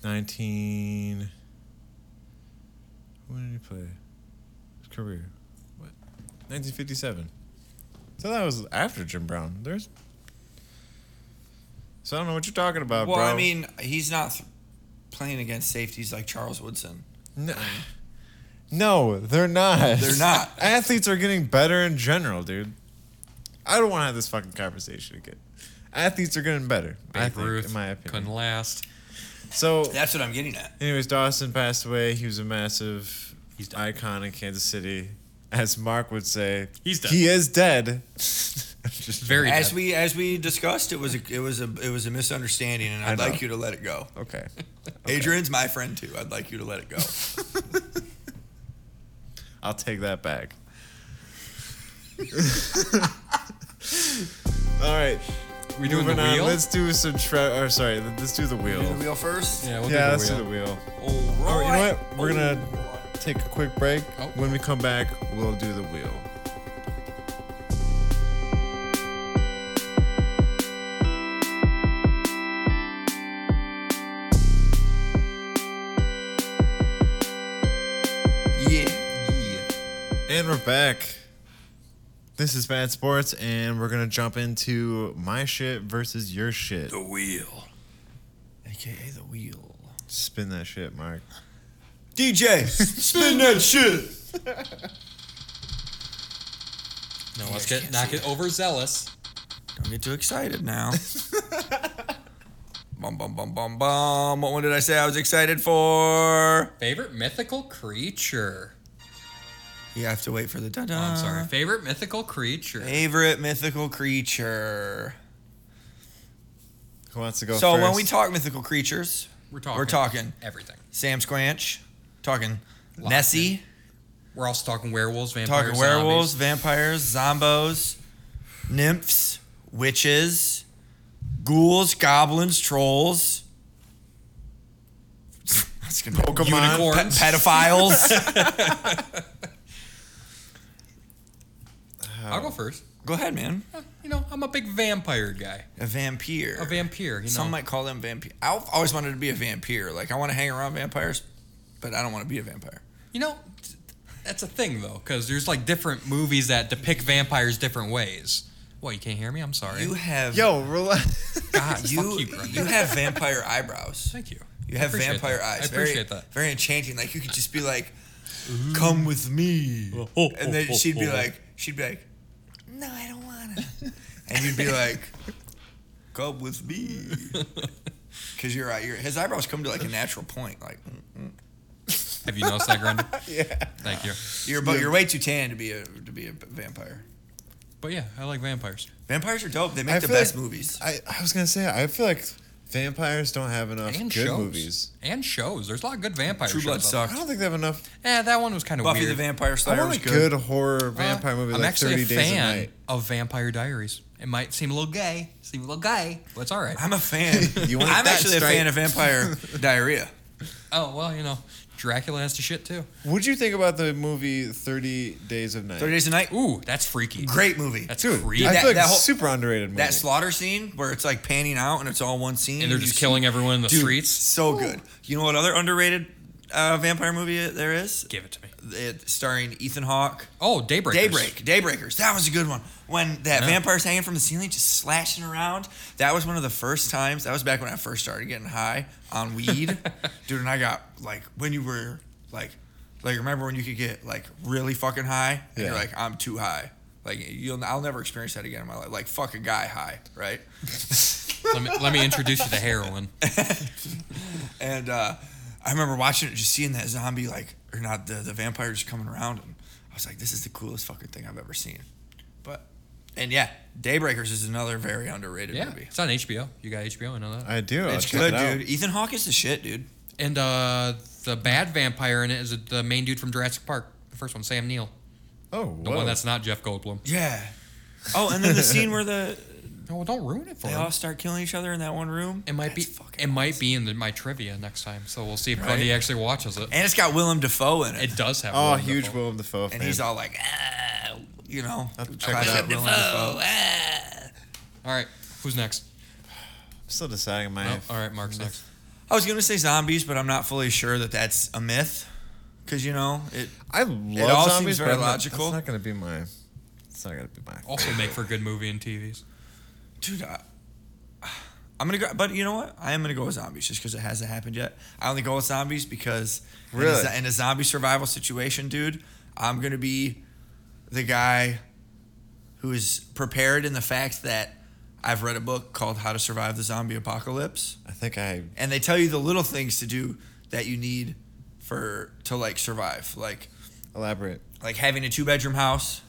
Nineteen. When did he play? His career. What? Nineteen fifty-seven. So that was after Jim Brown. There's. So I don't know what you're talking about, well, Uh, bro. I mean, he's not th- playing against safeties like Charles Woodson. No, no, they're not. They're not. Athletes are getting better in general, dude. I don't want to have this fucking conversation again. Athletes are getting better. I Babe think, Ruth, in my couldn't opinion. last. So, That's what I'm getting at. anyways, Dawson passed away. He was a massive He's dead. icon in Kansas City, as Mark would say. He's dead. He is dead. Just Very As dead. we as we discussed, it was a, it was a it was a misunderstanding, and I'd I know. like you to let it go. okay. Adrian's my friend too. I'd like you to let it go. I'll take that back. All right. We doing the Moving on, wheel? Let's do some. Tre- or sorry, let- let's do the wheel. the wheel first. yeah, we'll yeah, do let's the do wheel. the wheel. All right. All right, you know what? We're gonna take a quick break. Oh. When we come back, we'll do the wheel. Yeah. And we're back. This is Bad Sports, and we're gonna jump into my shit versus your shit. The wheel. AKA the wheel. Spin that shit, Mark. DJ, spin that shit. No, let's get not get overzealous. Don't get too excited now. bum bum bum bum bum. What one did I say I was excited for? Favorite mythical creature. You have to wait for the dun Oh, dun. I'm sorry. Favorite mythical creature. Favorite mythical creature. Who wants to go so first? when we talk mythical creatures, We're talking. We're talking. everything. Sam Squanch, talking Locked Nessie, We're also talking werewolves, vampires, talking zombies. werewolves, vampires, zombos, nymphs, witches, ghouls, goblins, trolls. That's gonna be- Pokemon. Pe- Unicorns. pedophiles. I'll go first. Go ahead, man. You know, I'm a big vampire guy. A vampire. A vampire. You know, Some might call them vampire. I've always wanted to be a vampire. Like I want to hang around vampires, but I don't want to be a vampire. you know, t- that's a thing though, because there's like different movies that depict vampires different ways. What? You can't hear me? I'm sorry. You have Ah, Yo, relax. God, you fuck you, Grundy. you have vampire eyebrows. Thank you. You I have appreciate vampire that. eyes. I appreciate very, that. Very enchanting. Like you could just be like, "Come with me," and then she'd be like, she'd be like, "No, I don't wanna," and you'd be like, "Come with me," because you're right. Your his eyebrows come to like a natural point. Like Have you noticed that, Grundy? yeah. Thank you. you're, but you're way too tan to be a to be a vampire. But yeah, I like vampires. Vampires are dope. They make I the feel best like- movies. I, I was gonna say I feel like vampires don't have enough and good shows. movies. And shows. There's a lot of good vampire True shows. Blood out there. I sucked. don't think they have enough. Yeah, that one was kind of Buffy weird. the Vampire I Slayer want was a good. good horror vampire movie Uh, I'm like actually Thirty a Days a fan Night. of Vampire Diaries. It might seem a little gay, seem a little gay, but it's all right. I'm a fan. You want I'm that actually a straight? fan of vampire diarrhea. oh well, you know, Dracula has to shit too. What'd you think about the movie Thirty Days of Night? Thirty Days a Night. Ooh, that's freaky. Great movie. That's Dude, creepy. I That- feel like that it's whole- super underrated movie. that slaughter scene where it's like panning out and it's all one scene. and they're you just see- killing everyone in the Dude, streets. So good. You know what other underrated uh, vampire movie there is? Give it to me. It, starring Ethan Hawke. Oh, Daybreakers. Daybreak, Daybreakers. That was a good one. When that Yeah. vampire's hanging from the ceiling, just slashing around. That was one of the first times. That was back when I first started getting high on weed, dude. And I got like when you were like, like remember when you could get like really fucking high, and you're Yeah. like, I'm too high. Like you'll, I'll never experience that again in my life. Like fuck a guy high, right? Let me, let me introduce you to heroin. And uh, I remember watching it, just seeing that zombie like, or not the the vampire just coming around, and I was like, this is the coolest fucking thing I've ever seen. But and yeah, Daybreakers is another very underrated Yeah, movie. it's on HBO. You got HBO. I know that. I do. I'll it's Oh, check good, it out. dude. Ethan Hawke is the shit, dude. And uh, the bad vampire in it is the main dude from Jurassic Park. The first one, Sam Neill. Oh, The whoa. one that's not Jeff Goldblum. Yeah. Oh, and then the scene where the No, well, don't ruin it for they him. all start killing each other in that one room. It might That's be. fucking It might be in the, my trivia next time. So we'll see if Right. Grundy actually watches it. And it's got Willem Dafoe in it. It does have. oh, Willem huge Dafoe. Willem Dafoe fan. and he's all like, ah, you know, I'll check it classic out. Willem Dafoe. Ah. All right, who's next? I'm still deciding my. Oh, all right, Mark's next. I was gonna say zombies, but I'm not fully sure that that's a myth, because you know it. I love all seems zombies. very but I'm not- logical. It's not gonna be my. It's not gonna be my. Also, make for good movie and TVs. Dude, I, I'm gonna go, but you know what? I am gonna go with zombies just because it hasn't happened yet. I only go with zombies because in a Really? zo- in a, zombie survival situation, dude, I'm gonna be the guy who is prepared in the fact that I've read a book called How to Survive the Zombie Apocalypse. I think I. and they tell you the little things to do that you need for to like survive like Elaborate. like having a two bedroom house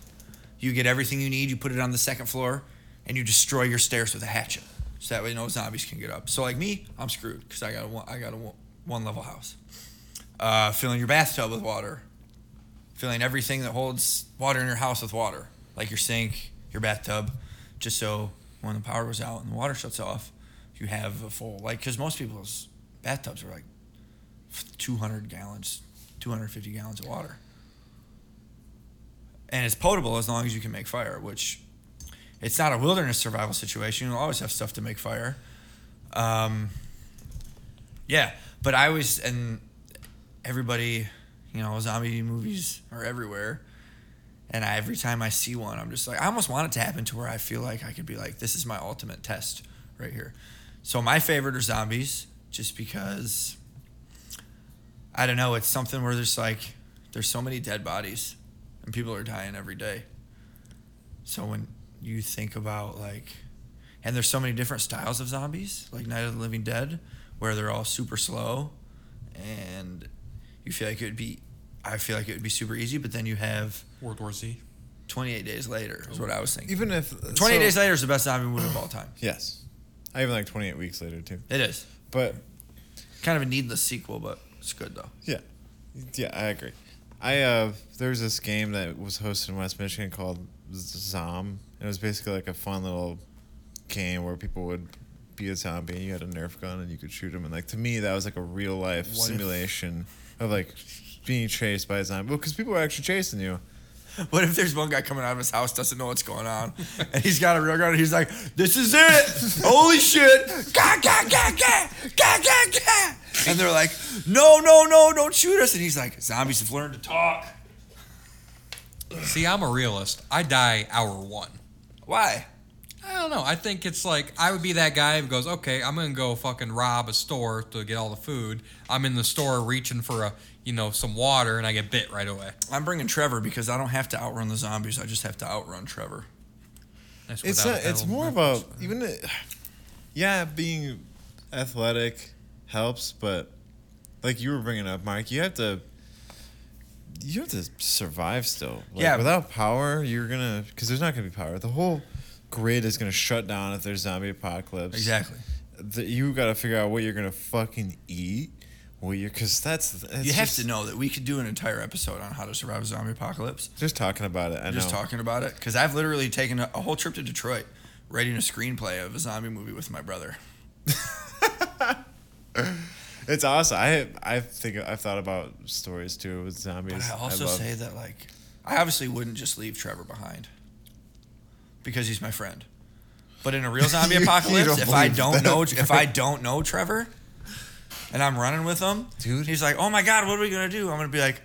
you get everything you need you put it on the second floor and you destroy your stairs with a hatchet so that way no zombies can get up so like me i'm screwed because i got a one, i got a one, one level house uh, filling your bathtub with water filling everything that holds water in your house with water like your sink your bathtub just so when the power goes out and the water shuts off you have a full like because most people's bathtubs are like 200 gallons 250 gallons of water and it's potable as long as you can make fire, which it's not a wilderness survival situation. You'll always have stuff to make fire. Um, yeah, but I was and everybody, you know, zombie movies are everywhere, and I, every time I see one, I'm just like, I almost want it to happen to where I feel like I could be like, this is my ultimate test right here. So my favorite are zombies, just because I don't know, it's something where there's like there's so many dead bodies and people are dying every day. So when you think about like, and there's so many different styles of zombies, like Night of the Living Dead, where they're all super slow, and you feel like it would be, I feel like it would be super easy, but then you have World War Z. 28 Days Later is what I was thinking. Even if 28 so- Days Later is the best zombie movie of all time. Yes, I even like 28 weeks later too. It is But kind of a needless sequel, but it's good though. yeah, yeah, I agree. I uh, there was this game that was hosted in West Michigan called Z- Zom. It was basically like a fun little game where people would be a zombie. You had a Nerf gun and you could shoot them. And like to me, that was like a real life What if- simulation of like being chased by a zombie. Well, because people were actually chasing you. What if there's one guy coming out of his house doesn't know what's going on, and he's got a real gun? And he's like, "This is it! Holy shit! Ga, ga, ga, ga, ga, ga, ga." And they're like, "No, no, no! Don't shoot us!" And he's like, "Zombies have learned to talk. See, I'm a realist. I die hour one. Why? I don't know. I think it's like I would be that guy who goes, "Okay, I'm gonna go fucking rob a store to get all the food." I'm in the store reaching for a, you know, some water, and I get bit right away. I'm bringing Trevor because I don't have to outrun the zombies. I just have to outrun Trevor. That's It's without not, a it's doubt. more about even i- yeah, being athletic helps, but like you were bringing up, Mike, you have to you have to survive still. Like, Yeah. Without power, you're gonna because there's not gonna be power. The whole grid is gonna shut down if there's zombie apocalypse. The, you got to figure out what you're gonna fucking eat. What you're because that's it's you have just- to know that we could do an entire episode on how to survive a zombie apocalypse. Just talking about it. I just know. talking about it because I've literally taken a, a whole trip to Detroit writing a screenplay of a zombie movie with my brother. It's awesome. I I think I've thought about stories too with zombies. But I also love- say that like I obviously wouldn't just leave Trevor behind because he's my friend. But in a real zombie You- you apocalypse, don't if I believe don't that. know if I don't know Trevor and I'm running with him, Dude. he's like, "Oh my god, what are we going to do?" I'm going to be like,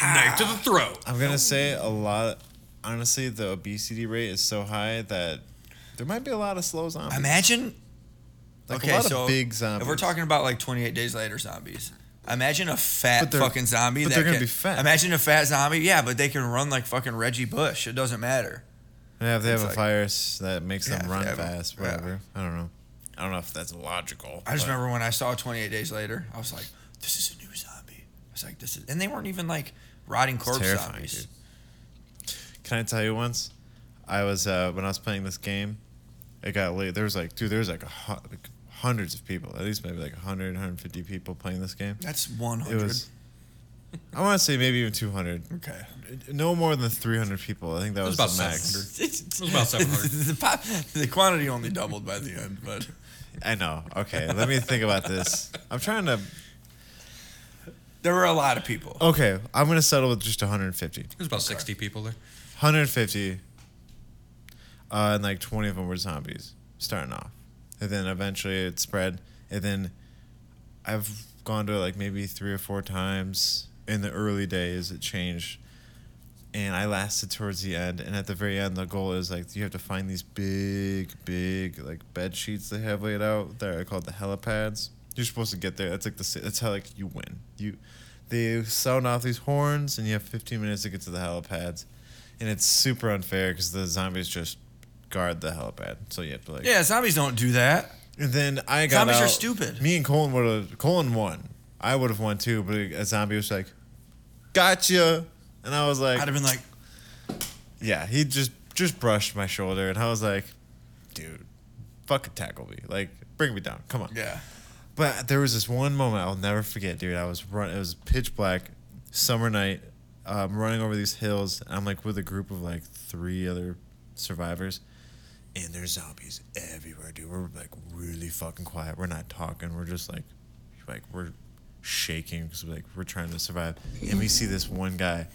Knife to the throat. I'm gonna say a lot. Honestly, the obesity rate is so high that there might be a lot of slow zombies. "Imagine like okay, a lot so of big zombies. If we're talking about like 28 days later zombies, imagine a fat But they're- fucking zombie. but that they're gonna can- be fat. Imagine a fat zombie. Yeah, but they can run like fucking Reggie Bush. It doesn't matter. yeah, if they have it's a like- virus that makes Yeah, them if run they have a- fast, yeah. whatever. I don't know. I don't know if that's logical. I just but- remember when I saw 28 days later, I was like, this is a new zombie. I was like, this is, and they weren't even like rotting corpse terrifying, zombies. dude. Can I tell you once? I was uh, when I was playing this game, it got late. There was like, dude, there was like, a, hu- like hundreds of people. At least maybe like 100, 150 people playing this game. That's 100. It was. I want to say maybe even 200. okay. No more than 300 people. I think that It was was, about the max. 700. It was about 700. the, pop- the quantity only doubled by the end, but I know. Okay, let me think about this. I'm trying to. there were a lot of people. Okay, I'm gonna settle with just 150. There's about 60 people there. 150, uh, and like 20 of them were zombies starting off, and then eventually it spread, and then I've gone to it like maybe three or four times in the early days. It changed, and I lasted towards the end. And at the very end, the goal is like you have to find these big, big like bed sheets they have laid out. They're called the helipads. You're supposed to get there. That's like the sa- that's how like you win. You they sound off these horns, and you have 15 minutes to get to the helipads. And it's super unfair because the zombies just guard the helipad, so you have to like Yeah, zombies don't do that. and then I got Zombies are out. stupid. Me and Colin would have. Colin won. I would have won too, but a zombie was like, "Gotcha," and I was I'd like, have been like, "Yeah." He just just brushed my shoulder, and I was like, "Dude, fucking tackle me! Like, bring me down. Come on." yeah. But there was this one moment I'll never forget, dude. I was run. It was pitch black, summer night. Um, running over these hills. I'm like with a group of like three other survivors, and there's zombies everywhere, dude. We're like really fucking quiet. We're not talking. We're just like, like we're shaking because like we're trying to survive. And we see this one guy.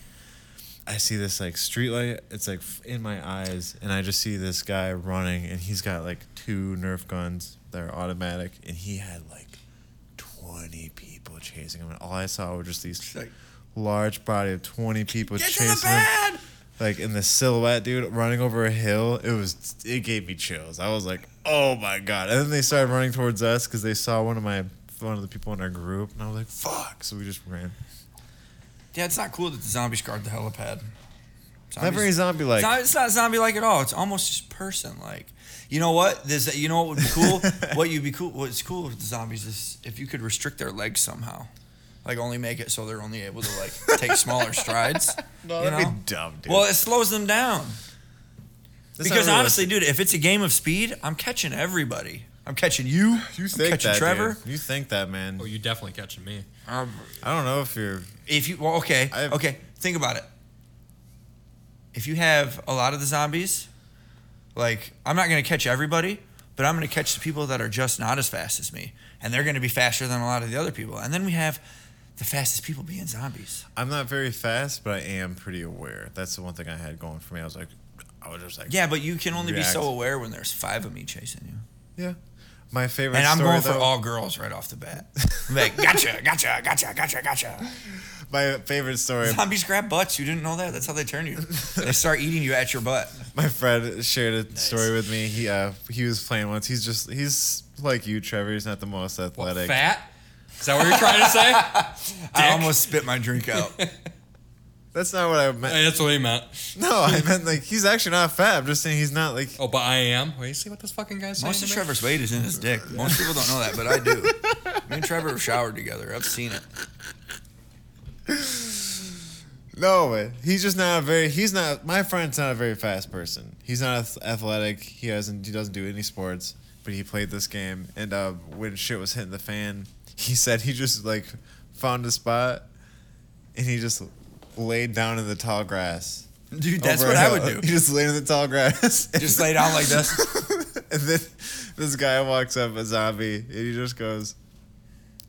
I see this like streetlight. It's like f- in my eyes, and I just see this guy running, and he's got like two Nerf guns that are automatic, and he had like twenty people chasing him. And all I saw were just these like- large body of twenty people Get to chasing the him bed! like in the silhouette, dude, running over a hill. It was it gave me chills. I was like, oh my god! And then they started running towards us because they saw one of my one of the people in our group, and I was like, fuck! So we just ran. Yeah, it's not cool that the zombies guard the helipad. Not very zombie like. It's not- it's not zombie like at all. It's almost just person like. You know what? This you know what would be cool? what you'd be cool what's cool with the zombies is if you could restrict their legs somehow. Like only make it so they're only able to like take smaller strides. No, you that'd know? be dumb, dude. Well, it slows them down. That's not because realistic. honestly, dude, if it's a game of speed, I'm catching everybody. I'm catching you. you I'm think catching that, Trevor. dude. You think that, man? Oh, you definitely catching me. Um, I don't know if you're. if you well, okay, I have- okay, think about it. If you have a lot of the zombies, like I'm not gonna catch everybody, but I'm gonna catch the people that are just not as fast as me, and they're gonna be faster than a lot of the other people. And then we have the fastest people being zombies. I'm not very fast, but I am pretty aware. That's the one thing I had going for me. I was like, I was just like, Yeah, but you can only be so React. aware when there's five of me chasing you. yeah. My favorite. and I'm story, going for though- all girls right off the bat. I'm like, gotcha, gotcha, gotcha, gotcha, gotcha. My favorite story. Zombies grab butts. You didn't know that? That's how they turn you. They start eating you at your butt. my friend shared a story with me. He uh he was playing once. He's just he's like you, Trevor. He's not the most What, athletic. fat? Is that what you're trying to say? I Dick. almost spit my drink out. That's not what I Hey, meant. that's what he meant. No, I meant like he's actually not fat. I'm just saying he's not like Oh, but I am. Wait, you see what this fucking guy's saying? Most to of me? Trevor's weight is in his dick. Most people don't know that, but I do. Me and Trevor have showered together. I've seen it. no way. He's just not a very he's not my friend's not a very fast person. He's not ath- athletic. He hasn't he doesn't do any sports. But he played this game, and uh, when shit was hitting the fan, he said he just like found a spot, and he just laid down in the tall grass. Dude, that's over what a I hill. would do. He just laid in the tall grass. Just lay down like this. and then this guy walks up, a zombie, and he just goes,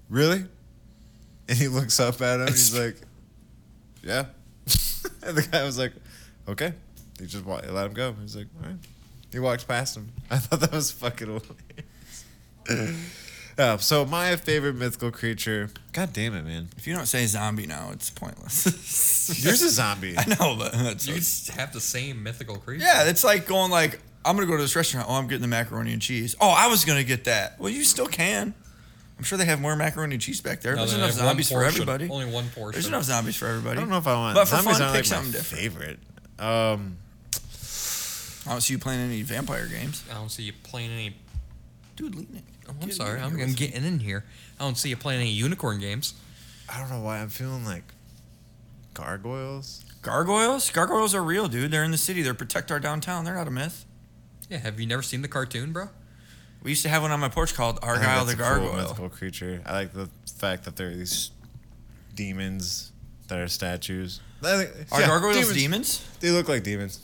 really? And he looks up at him. He's like, yeah. and the guy was like, okay. He just wa- let him go. He's like, all right. He walked past him. I thought that was fucking hilarious. Uh, so my favorite mythical creature. God damn it, man! If you don't say zombie now, it's pointless. Yours a zombie. I know, but that's You just have the same mythical creature. yeah, it's like going like I'm gonna go to this restaurant. Oh, I'm getting the macaroni and cheese. Oh, I was gonna get that. Well, you still can. I'm sure they have more macaroni and cheese back there. No, There's they enough have one zombies for portion. everybody. Only one portion. There's enough zombies for everybody. I don't know if I want. But for zombies fun, aren't pick like something my different. favorite. Um, I don't see you playing any vampire games, I don't see you playing any. dude. Lean it. Oh, I'm Get it sorry, in I'm, here I'm with me. getting in here. I don't see you playing any unicorn games. I don't know why I'm feeling like gargoyles. gargoyles. Gargoyles are real, dude. They're in the city. They're protect our downtown. They're not a myth. Yeah, have you never seen the cartoon, bro? We used to have one on my porch called I think Argyle that's the a cool Gargoyle. mythical creature. I like the fact that there are these demons that are statues. I think- Are yeah, gargoyles demons? They look like demons.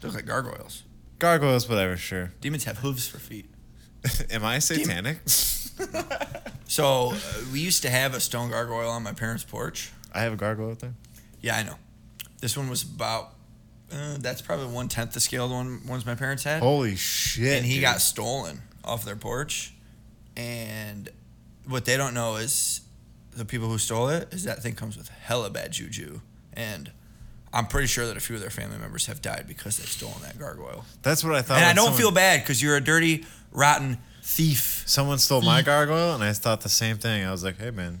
They look like gargoyles. Gargoyles, whatever. Sure. Demons have hooves for feet. Am I satanic? So uh, we used to have a stone gargoyle on my parents' porch. I have a gargoyle up there. Yeah, I know. This one was about. Uh, that's probably one tenth the scale of the one ones my parents had. Holy shit! and he dude. got stolen off their porch. And what they don't know is the people who stole it is that thing comes with hella bad juju. And I'm pretty sure that a few of their family members have died because they've stolen that gargoyle. That's what I thought. and I when don't someone- feel bad because you're a dirty, rotten thief. Someone stole my gargoyle, and I thought the same thing. I was like, "Hey, man,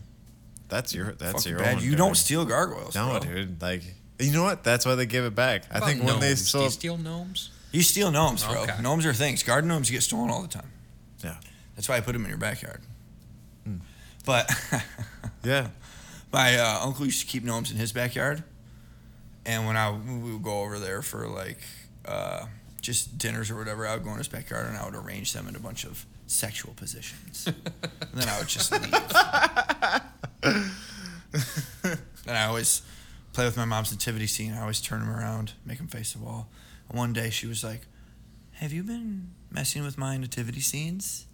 that's your that's Fucking your bad. own." You dude. don't steal gargoyles. No, bro. dude. Like, you know what? That's why they give it back. I About think when they gnomes. Do stole, you steal gnomes? You steal gnomes, bro. Okay. Gnomes are things. Garden gnomes get stolen all the time. yeah, That's why I put them in your backyard. Hmm. But yeah. my uh, uncle used to keep gnomes in his backyard, and when I we would go over there for like uh, just dinners or whatever, I would go in his backyard and I would arrange them in a bunch of sexual positions, and then I would just leave. and I always play with my mom's nativity scene. I always turn him around, make him face the wall. And one day she was like, "Have you been messing with my nativity scenes?"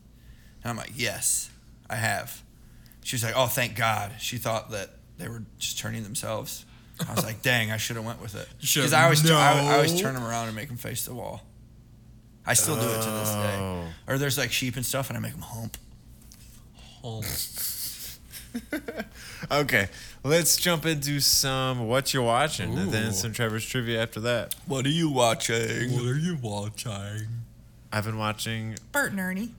And I'm like, "Yes, I have." She was like, "Oh, thank God." She thought that they were just turning themselves. I was like, "Dang, I should have went with it." should- Because I always tu- I, would- I No. always turn them around and make them face the wall. I still do it to this day. Oh. Or there's like sheep and stuff, and I make them hump. Oh, Okay, let's jump into some what you're watching, and then Ooh. some Trevor's trivia after that. What are you watching? are you watching? I've been watching. Bert and Ernie.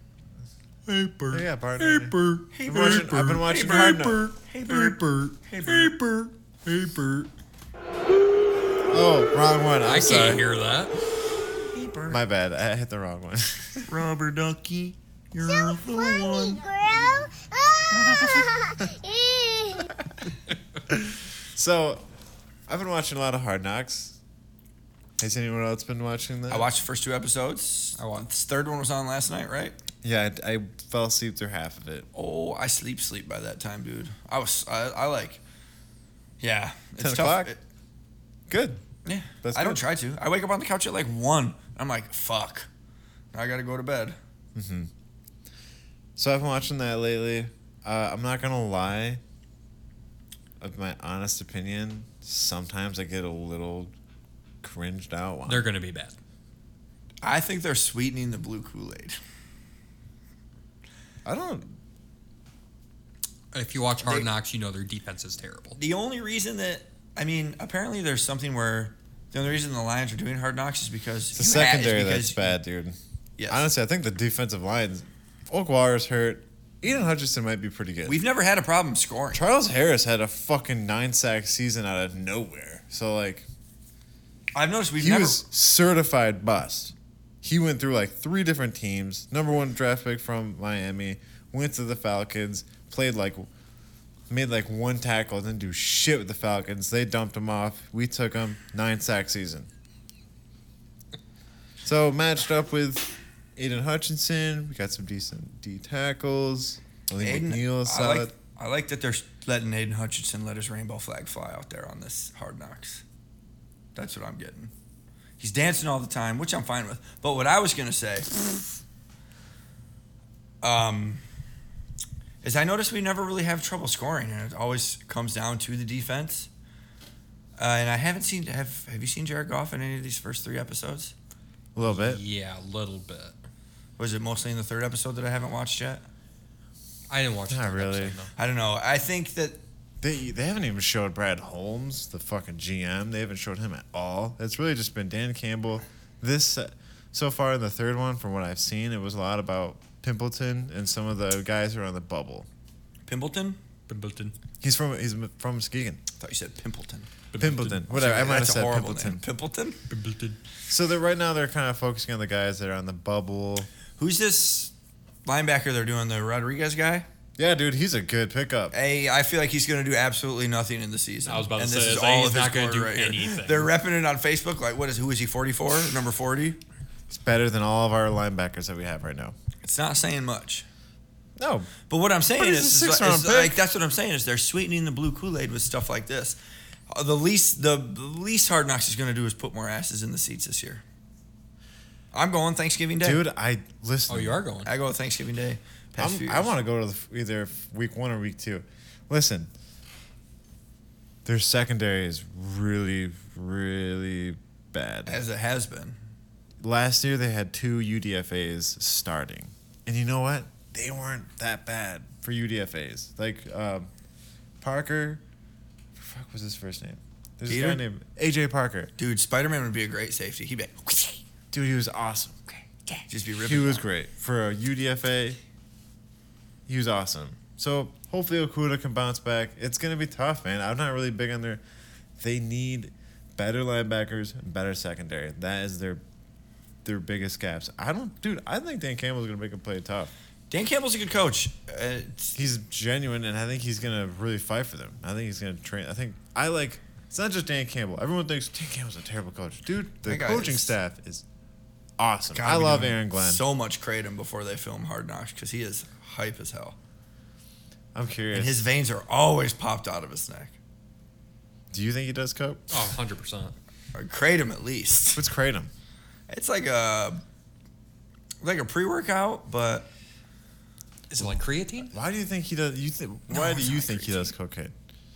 Paper. Oh, yeah, Bart and Ernie. Paper. I've been watching, I've been watching Hard Knocks. Hey, Bert. Paper. Paper. Paper. Oh, wrong one. I'm I sorry. can't hear that. Hey, Bert. My bad. I hit the wrong one. Rubber ducky, you're So the funny, one. girl. Ah, eh. so, I've been watching a lot of Hard Knocks. Has anyone else been watching that? I watched the first two episodes. I watched. This third one was on last night, right? Yeah, I, I fell asleep through half of it. Oh, I sleep sleep by that time, dude. I was I, I like, yeah, it's 10 tough. o'clock? It- Good. yeah, That's I don't good. try to. I wake up on the couch at like one. I'm like, fuck, now I gotta go to bed. So I've been watching that lately. Uh, I'm not gonna lie. Of my honest opinion, sometimes I get a little cringed out. Watching. They're gonna be bad. I think they're sweetening the blue Kool Aid. I don't. If you watch Hard They- Knocks, you know their defense is terrible. The only reason that I mean, apparently there's something where the only reason the Lions are doing hard knocks is because It's the you ha- is secondary that's because- bad, dude. Yes. Honestly, I think the defensive lines. Okwara's hurt. Eden Hutchinson might be pretty good. We've never had a problem scoring. Charles Harris had a fucking nine sack season out of nowhere. So like, I've noticed we've he never. was certified bust. He went through like three different teams. Number one draft pick from Miami, went to the Falcons, played like, made like one tackle, didn't do shit with the Falcons. They dumped him off. We took him nine sack season. So matched up with Aiden Hutchinson, we got some decent D tackles. Malik Aiden- McNeil is I solid. like, I like that they're letting Aiden Hutchinson let his rainbow flag fly out there on this hard knocks. That's what I'm getting. He's dancing all the time, which I'm fine with. But what I was gonna say, um, is I notice we never really have trouble scoring, and it always comes down to the defense. Uh, and I haven't seen have Have you seen Jared Goff in any of these first three episodes? A little bit. Yeah, a little bit. Was it mostly in the third episode that I haven't watched yet? I didn't watch. the Not third really. episode, no. I don't know. I think that They they haven't even showed Brad Holmes, the fucking GM. They haven't showed him at all. It's really just been Dan Campbell. This uh, so far in the third one, from what I've seen, it was a lot about Pimpleton and some of the guys who are on the bubble. Pimpleton. Pimpleton. He's from he's m- from Muskegon. I thought you said Pimpleton. Pimpleton. Whatever. I Sorry, might have that's a said horrible Pimpleton. name. Pimpleton. Pimpleton. So they're right now they're kind of focusing on the guys that are on the bubble. Who's this linebacker they're doing? The Rodriguez guy. Yeah, dude, he's a good pickup. Hey, I feel like he's going to do absolutely nothing in the season. I was about to and say, this is it's like all he's of his not gonna glory do right here. anything. They're repping it on Facebook. Like, what is who is he? Forty four, number forty. It's better than all of our linebackers that we have right now. It's not saying much. No, But what I'm saying But is, he's a is, six-round is, pick. like that's what I'm saying is they're sweetening the blue Kool Aid with stuff like this. Uh, The least the least Hard Knocks is going to do is put more asses in the seats this year. I'm going Thanksgiving Day. dude, I listen. Oh, you are going. I go Thanksgiving Day. Past I'm, few I years. want to go to the, f- either f- week one or week two. Listen, their secondary is really, really bad. as it has been. Last year they had two UDFA's starting, and you know what? They weren't that bad for UDFA's. Like um, Parker, fuck was his first name? There's a Peter? guy named AJ Parker. Dude, Spider Man would be a great safety. He'd be like, Dude, he was awesome. just be He ripping. was great for a UDFA. He was awesome. So hopefully Okuda can bounce back. It's gonna be tough, man. I'm not really big on their. They need better linebackers, and better secondary. That is their their biggest gaps. I don't, dude. I think Dan Campbell's gonna make him play tough. Dan Campbell's a good coach. Uh, it's- He's genuine, and I think he's gonna really fight for them. I think he's gonna train. I think I like. It's not just Dan Campbell. Everyone thinks Dan Campbell's a terrible coach, dude. The That guy coaching is- staff is awesome. God, I we love do Aaron Glenn. So much kratom before they film Hard Knocks because he is hype as hell, I'm curious. and his veins are always popped out of his neck. Do you think he does cope? Oh, 100 percent. Or kratom at least. What's kratom? It's like a like a pre workout, but Is it like creatine? Why do you think he does? You think? No, why do it's you not think he creatine. does cocaine?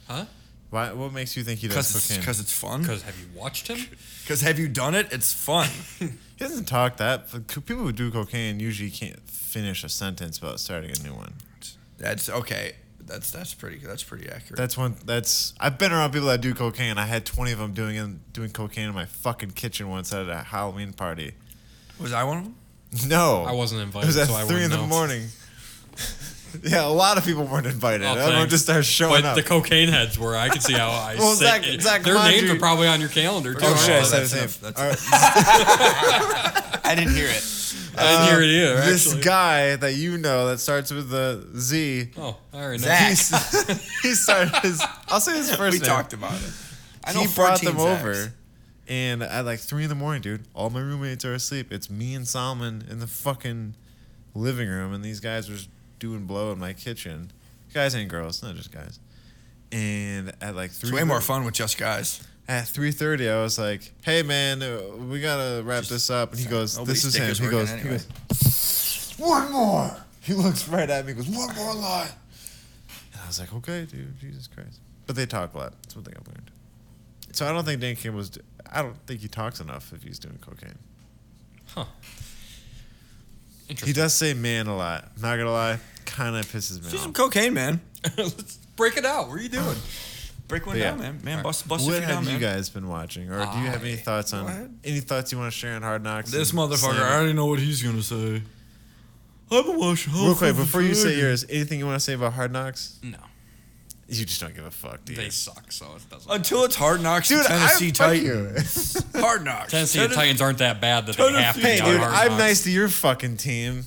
Huh? Why? What makes you think he does because it's cocaine? because it's fun. Because have you watched him? Because have you done it? It's fun. he doesn't talk that. but co- People who do cocaine usually can't finish a sentence without starting a new one. that's okay. That's that's pretty that's pretty accurate. That's one. That's I've been around people that do cocaine. I had twenty of them doing it- doing cocaine in my fucking kitchen once at a Halloween party. Was I one of them? No, I wasn't It was invited, at so I three in wouldn't the know. morning. yeah, a lot of people weren't invited. Oh, Everyone thanks. just started showing But up. the cocaine heads were. I could see how I. Well, say- Zach- Zach, Their mind names you- are probably on your calendar too. oh right? shit! I Oh, said that's his name. enough. That's All right. I didn't hear it. I didn't hear it either. Uh, this actually. guy that you know that starts with the Z. Oh, I already know. Zach. He's, he started his. I'll say his first we name. talked about it. I know he brought 14 them Zacks. over, and at like three in the morning, dude, all my roommates are asleep. It's me and Solomon in the fucking living room, and these guys were just doing blow in my kitchen. Guys and girls, not just guys. And at like three, It's way more fun with just guys. At three thirty, I was like, "Hey man, uh, we gotta wrap this up." And he goes, Nobody's "This is dick him." is he working goes, "He anyway. goes, one more." He looks right at me. Goes, "One more line." And I was like, "Okay, dude, Jesus Christ." But they talk a lot. That's one thing I've learned. So I don't think Dan Campbell's. d- I don't think he talks enough if he's doing cocaine. Huh. He Interesting. does say "man" a lot. I'm not gonna lie, kind of pisses Do me some off. cocaine, man. Let's break it out. What are you doing? Break one Yeah. down, man. Man, bust bust a What few down, have you man. guys been watching, or do you have any I- thoughts Go on ahead. any thoughts you want to share on Hard Knocks? This and motherfucker, Slam? I already know what he's gonna say. I've been watching. Real quick, before you say yours, anything you want to say about Hard Knocks? No, You just don't give a fuck, dude. they suck, so it doesn't. Until it's hard knocks, dude, dude, Tennessee I fuck Titans. you. Hard knocks. Tennessee Tennessee- Titans aren't that bad that they Tennessee- have to hey, be on dude, Hard I'm Knocks. nice to your fucking team.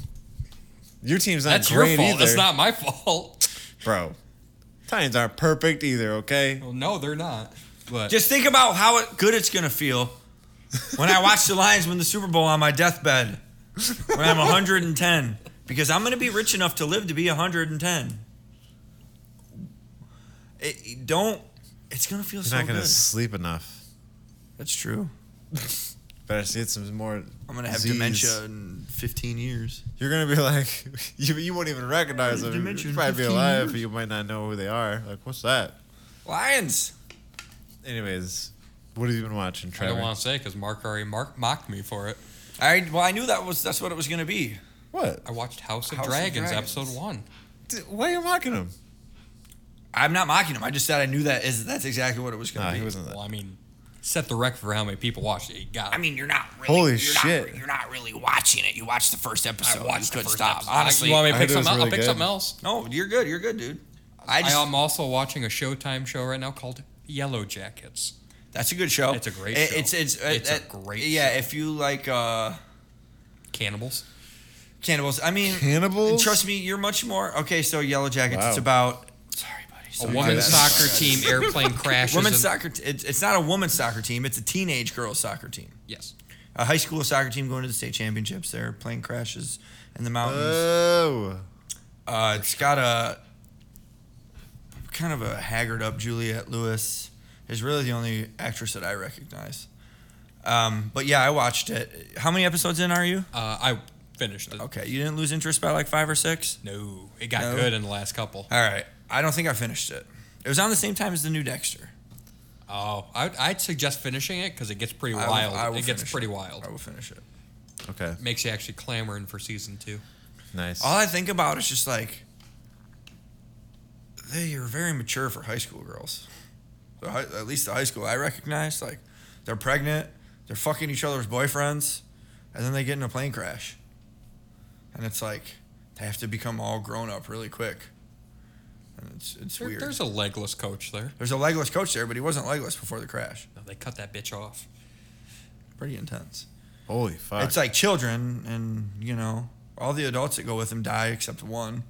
Your team's not That's your great fault. either, That's not my fault. bro. Titans aren't perfect either. Okay, Well, no, they're not. But Just think about how it, good it's gonna feel when I watch the Lions win the Super Bowl on my deathbed when I'm 110 because I'm gonna be rich enough to live to be 110. It, it don't. It's gonna feel you're so not gonna good. sleep enough. That's true. Better see it's some more. I'm gonna have Z's. dementia in 15 years. You're gonna be like, you, you won't even recognize them. Dementia You in might be 15 alive, years. but you might not know who they are. Like, what's that? Lions. Anyways, what have you been watching, I Trevor? don't want to say because Mark already mark- mocked me for it. I well, I knew that was that's what it was gonna be. what? I watched House of, House of Dragons, Dragons. episode one. D- Why are you mocking him? I'm not mocking him. I just said I knew that is that's exactly what it was gonna Nah, be. he wasn't that. Well, I mean, set the record for how many people watched it. You got it. I mean, you're not really. Holy you're shit. Not, you're not really watching it. You watched the first episode. I watched you couldn't the first stop. episode. Honestly, you want me to I pick heard it was something else? I'll really pick good. something else. no, you're good. You're good, dude. I I um, just am also watching a Showtime show right now called Yellow Jackets. that's a good show. It's a great It- show. It's it's uh, It's a that- great Yeah, show. if you like uh Cannibals. cannibals, I mean Cannibals? Trust me, you're much more okay. So Yellow Jackets. Wow. It's about sorry, buddy. A sorry. women's that's- soccer team airplane crashes. Women's and- soccer. T- it's, it's not a women's soccer team. It's a teenage girls soccer team. Yes. A high school soccer team going to the state championships. Their plane crashes in the mountains. Oh, Uh, it's got a kind of a haggard up Juliette Lewis. Is really the only actress that I recognize. Um, but yeah, I watched it. How many episodes in are you? Uh, I finished it. Okay, you didn't lose interest by like five or six. No, it got No? good in the last couple. All right, I don't think I finished it. It was on the same time as the new Dexter. Oh, I, I'd suggest finishing it because it gets pretty I will- wild. I will it gets finish pretty wild. I will finish it. okay, Makes you actually clamoring for season two. nice. All I think about is just like they are very mature for high school girls. The hi- at least the high school I recognize, like they're pregnant, they're fucking each other's boyfriends, and then they get in a plane crash. And it's like they have to become all grown up really quick. And it's it's There- weird. there's a legless coach there. There's a legless coach there, but he wasn't legless before the crash. No, they cut that bitch off. Pretty intense. Holy fuck! It's like children, and you know, all the adults that go with them die except one.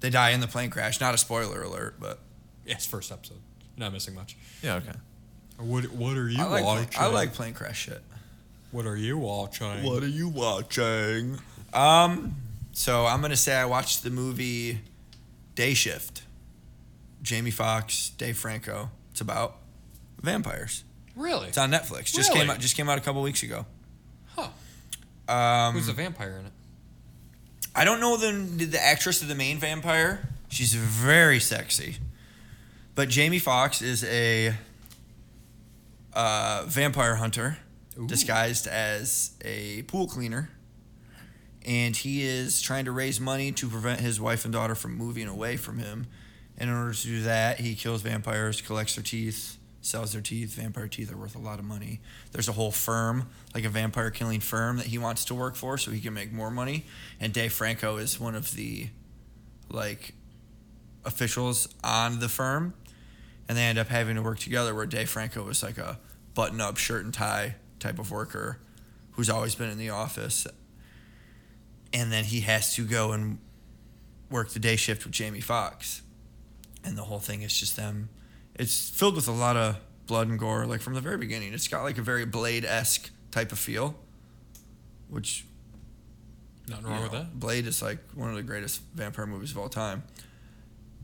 They die in the plane crash. Not a spoiler alert, but Yes, first episode. You're not missing much. yeah, okay. What What are you I like watching? I like plane crash shit. What are you watching? are you watching? Um, so I'm gonna say I watched the movie Day Shift. Jamie Foxx, Dave Franco. It's about vampires. Really? It's on Netflix. Just came Really? out. Just came out a couple weeks ago. Huh. Um, Who's the vampire in it? I don't know the the actress of the main vampire. She's very sexy, but Jamie Foxx is a uh, vampire hunter disguised as a pool cleaner, and he is trying to raise money to prevent his wife and daughter from moving away from him. And in order to do that, he kills vampires, collects their teeth, sells their teeth. Vampire teeth are worth a lot of money. There's a whole firm, like a vampire killing firm, that he wants to work for so he can make more money. And Dave Franco is one of the, like, officials on the firm. And they end up having to work together where Dave Franco is like a button up shirt and tie type of worker who's always been in the office. And then he has to go and work the day shift with Jamie Foxx and the whole thing is just them. It's filled with a lot of blood and gore, like from the very beginning. It's got like a very Blade esque type of feel, which Nothing you wrong with know, that. Blade is like one of the greatest vampire movies of all time.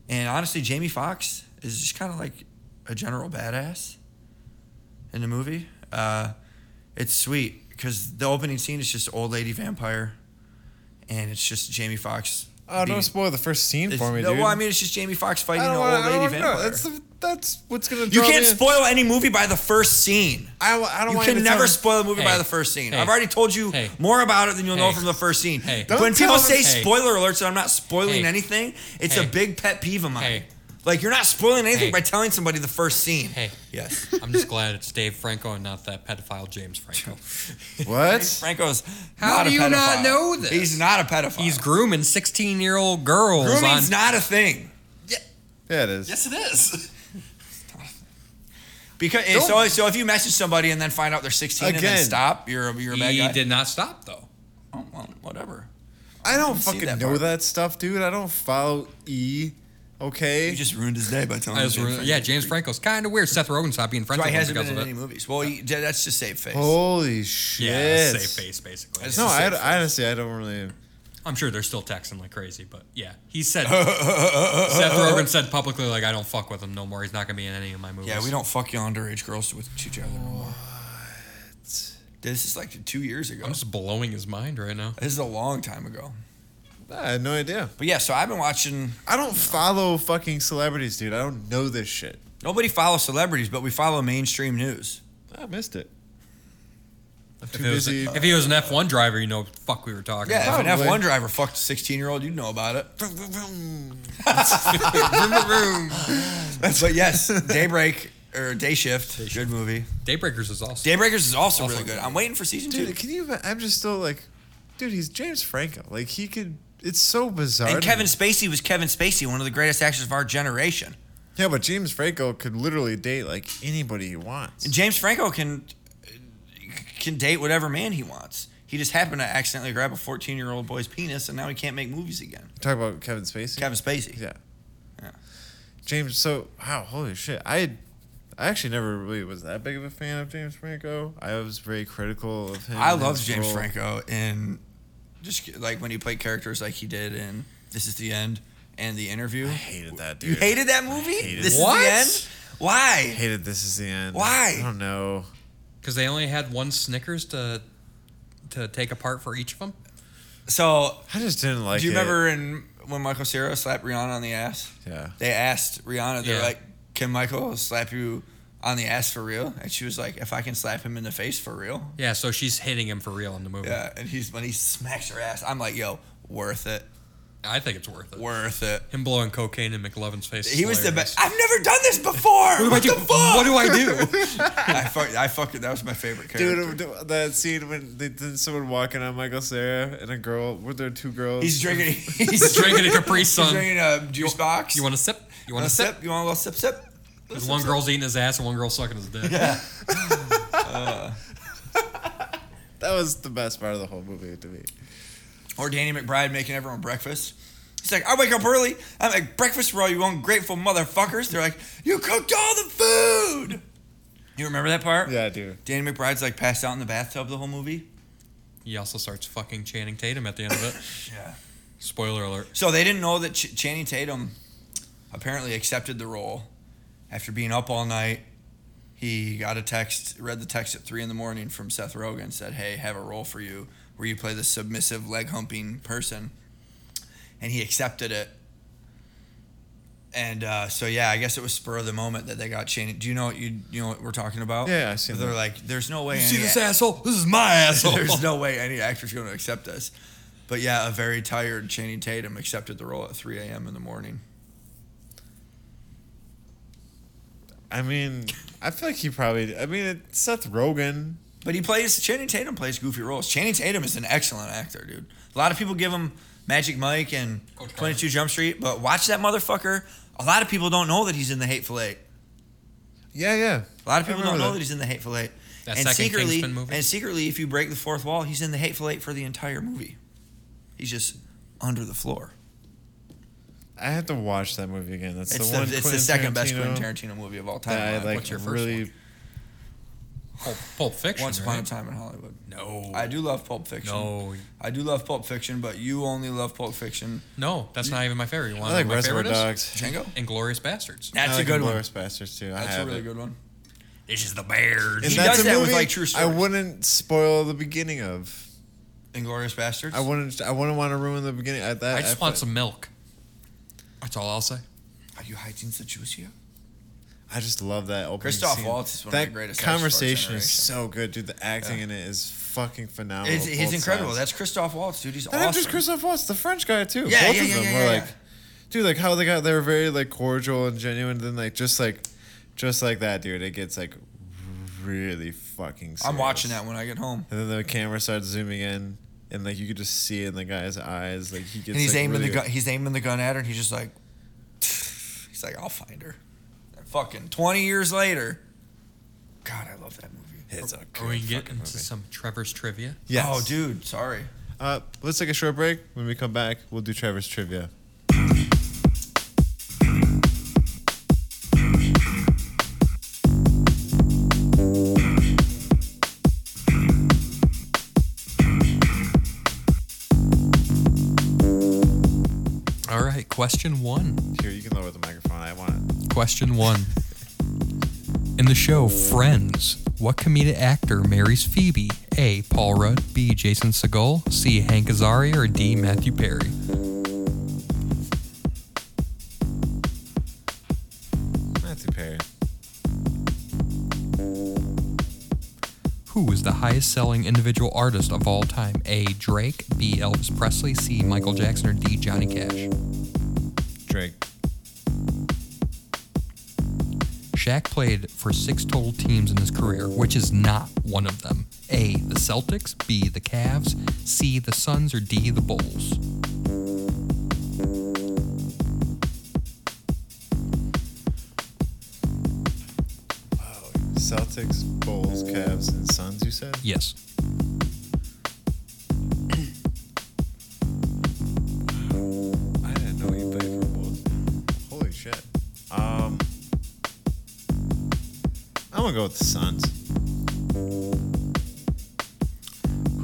And honestly, Jamie Foxx is just kind of like a general badass in the movie. Uh, it's sweet because the opening scene is just old lady vampire, and it's just Jamie Foxx. Oh, being- don't spoil the first scene it's- for me, no, dude. Well, I mean, it's just Jamie Foxx I fighting an don't old wanna- I lady don't vampire. know. That's the, that's what's gonna. You draw can't me in. spoil any movie by the first scene. I, I don't You want you can to never tell- spoil a movie by Hey. the first scene. Hey. I've already told you Hey. more about it than you'll know Hey. from the first scene. Hey. But Don't when people tell say them- Hey. spoiler alerts and I'm not spoiling Hey. anything, it's a Hey. big pet peeve of mine. Hey. Like you're not spoiling anything Hey. by telling somebody the first scene. Hey. Yes. I'm just glad it's Dave Franco and not that pedophile James Franco. What? Franco's. How not do a you not pedophile. know this? He's not a pedophile. He's grooming 16 year old girls. grooming's on, not a thing. Yeah, it is. Yes, it is. Because so, so if you message somebody and then find out they're 16 and then Again. stop, you're a, you're a bad He guy. did not stop though. Oh, well, whatever. I don't see fucking that know part. that stuff, dude. I don't follow E. Okay. You just ruined his day by telling. I him was James re- Franco. yeah, James Franco's kind of weird. Seth Rogen stopped being friends That's why with he him because hasn't been in of any it. movies. Well, he, that's just save face. Holy shit. Yeah, safe face basically. That's- No, It's a I, safe face. honestly, I don't really. I'm sure they're still texting like crazy, but yeah, he said Seth Rogen said publicly like I don't fuck with him no more. He's not gonna be in any of my movies. Yeah, we don't fuck you underage girls with each other no more. This is like two years ago. I'm just blowing his mind right now. This is a long time ago. I had no idea. But yeah, so I've been watching. I don't follow fucking celebrities, dude. I don't know this shit. Nobody follows celebrities, but we follow mainstream news. I missed it. I'm If, too it was, busy. if he was an F1 driver, you know what the fuck we were talking Yeah, about. if an F one driver fucked a sixteen year old, you'd know about it. but yes, Daybreak or Day Shift, good movie. Daybreakers is awesome. Daybreakers is also, Also really good. good. I'm waiting for season two. Dude, can you? I'm just still like, dude. He's James Franco. Like he could. It's so bizarre. And to Kevin me. Spacey was Kevin Spacey, one of the greatest actors of our generation. Yeah, but James Franco could literally date like anybody he wants. And James Franco can can date whatever man he wants. He just happened to accidentally grab a 14 year old boy's penis, and now he can't make movies again. Talk about Kevin Spacey. Kevin Spacey. Yeah. Yeah. James. So wow, holy shit. I, I actually never really was that big of a fan of James Franco. I was very critical of him. I and love his James role. Franco, and just like when he played characters like he did in This Is the End and The Interview. I hated that dude. You hated that movie? hated this it. is What? the end. Why? Hated. This is the end. Why? I don't know. Because they only had one Snickers to to take apart for each of them. So I just didn't like. do you it. remember in when Michael Cera slapped Rihanna on the ass? Yeah. They asked Rihanna, they're Yeah. like, "Can Michael slap you on the ass for real?" And she was like, "If I can slap him in the face for real." Yeah, so she's hitting him for real in the movie. Yeah, and he's when he smacks her ass, I'm like, "Yo, worth it, I think it's worth it. worth it." Him blowing cocaine in McLovin's face. is He was the hilarious. best. I've never done this before. what What do the I do? fuck? What do I do? I fuck, I fucking that was my favorite character. Dude, that scene when they did someone walking on Michael Sarah and a girl. Were there two girls? he's drinking. He's He's drinking a Capri He's Sun. drinking a juice box. You want a sip? You want a sip? You want a little sip? Sip. Because one girl's eating his ass and one girl's sucking his dick. that was the best part of the whole movie to me. Or Danny McBride making everyone breakfast. He's like, I wake up early. I make breakfast for all you ungrateful motherfuckers. They're like, you cooked all the food. You remember that part? Yeah, dude. Danny McBride's like passed out in the bathtub the whole movie. He also starts fucking Channing Tatum at the end of it. Yeah. Spoiler alert. So they didn't know that Ch- Channing Tatum apparently accepted the role after being up all night. He got a text, read the text at three in the morning from Seth Rogen, said, "Hey, have a role for you where you play the submissive leg humping person," and he accepted it. And uh, so yeah, I guess it was spur of the moment that they got Channing. Do you know what you you know what we're talking about? Yeah, I seen They're that. like, "There's no way." You see any this a- asshole? This is my asshole. there's no way any actor's going to accept this. But yeah, a very tired Channing Tatum accepted the role at 3 a.m. in the morning. I mean, I feel like he probably. I mean, it, Seth Rogen. But he plays Channing Tatum plays goofy roles. Channing Tatum is an excellent actor, dude. A lot of people give him Magic Mike and Coach Carter. 22 Jump Street, but watch that motherfucker. A lot of people don't know that he's in the Hateful Eight. Yeah, yeah. A lot of people I don't remember know that. that. he's in the Hateful Eight. That second Kingsman movie? and secretly, if you break the fourth wall, he's in the Hateful Eight for the entire movie. He's just under the floor. I have to watch that movie again. That's It's the, the, one. it's the Quentin second best Tarantino Quentin Tarantino movie of all time. That I What's like. What's your first really. Pulp, Pulp Fiction. Once Upon right? a Time in Hollywood. No. I do love Pulp Fiction. No. I do love Pulp Fiction, but you only love Pulp Fiction. No, that's not even my favorite. You I want like my Reservoir favorite is? Dogs. Django? Inglorious Bastards. That's a good one. Inglourious Bastards too. I That's a have really it. good one. This is the bear. And He that's does a that with, movie like, true I stories. wouldn't spoil the beginning of. Inglorious Bastards. I wouldn't. I wouldn't want to ruin the beginning. I, that, I just I want feel- some milk. That's all I'll say. Are you hiding the juice here? I just love that opening. Christoph scene. Waltz is one of that the greatest actors of our conversation is generation. so good, dude. The acting in it is fucking phenomenal. It's, he's both incredible. sides. That's Christoph Waltz, dude. He's not awesome. just Christoph Waltz, the French guy too. Yeah, both yeah, of yeah, them yeah, were yeah. like, dude, like how they got they were very like cordial and genuine. Then like just like, just like that, dude. It gets like really fucking. Serious. I'm watching that when I get home. And then the camera starts zooming in, and like you could just see it in the guy's eyes. Like he gets. and he's like, aiming really the gun. He's aiming the gun at her, and he's just like, he's like, I'll find her. And fucking 20 years later. God, I love that movie. It's a Are we can good get fucking into movie. some Trevor's trivia? Yes. Oh, dude, sorry. Uh, let's take a short break. When we come back, we'll do Trevor's trivia. All right, question one. Here, you can lower the microphone. I want it. Question one. In the show Friends, what comedic actor marries Phoebe A. Paul Rudd, B. Jason Segel, C. Hank Azaria, or D. Matthew Perry. Matthew Perry. Who was the highest selling individual artist of all time? A. Drake, B. Elvis Presley, C. Michael Jackson, or D. Johnny Cash? Drake. Shaq played for six total teams in his career, which is not one of them. A. The Celtics, B. The Cavs, C. The Suns, or D. The Bulls. Celtics, Bulls, Cavs, and Suns, you said? Yes. I didn't know you played for Bulls. Holy shit. Um, I'm going to go with the Suns.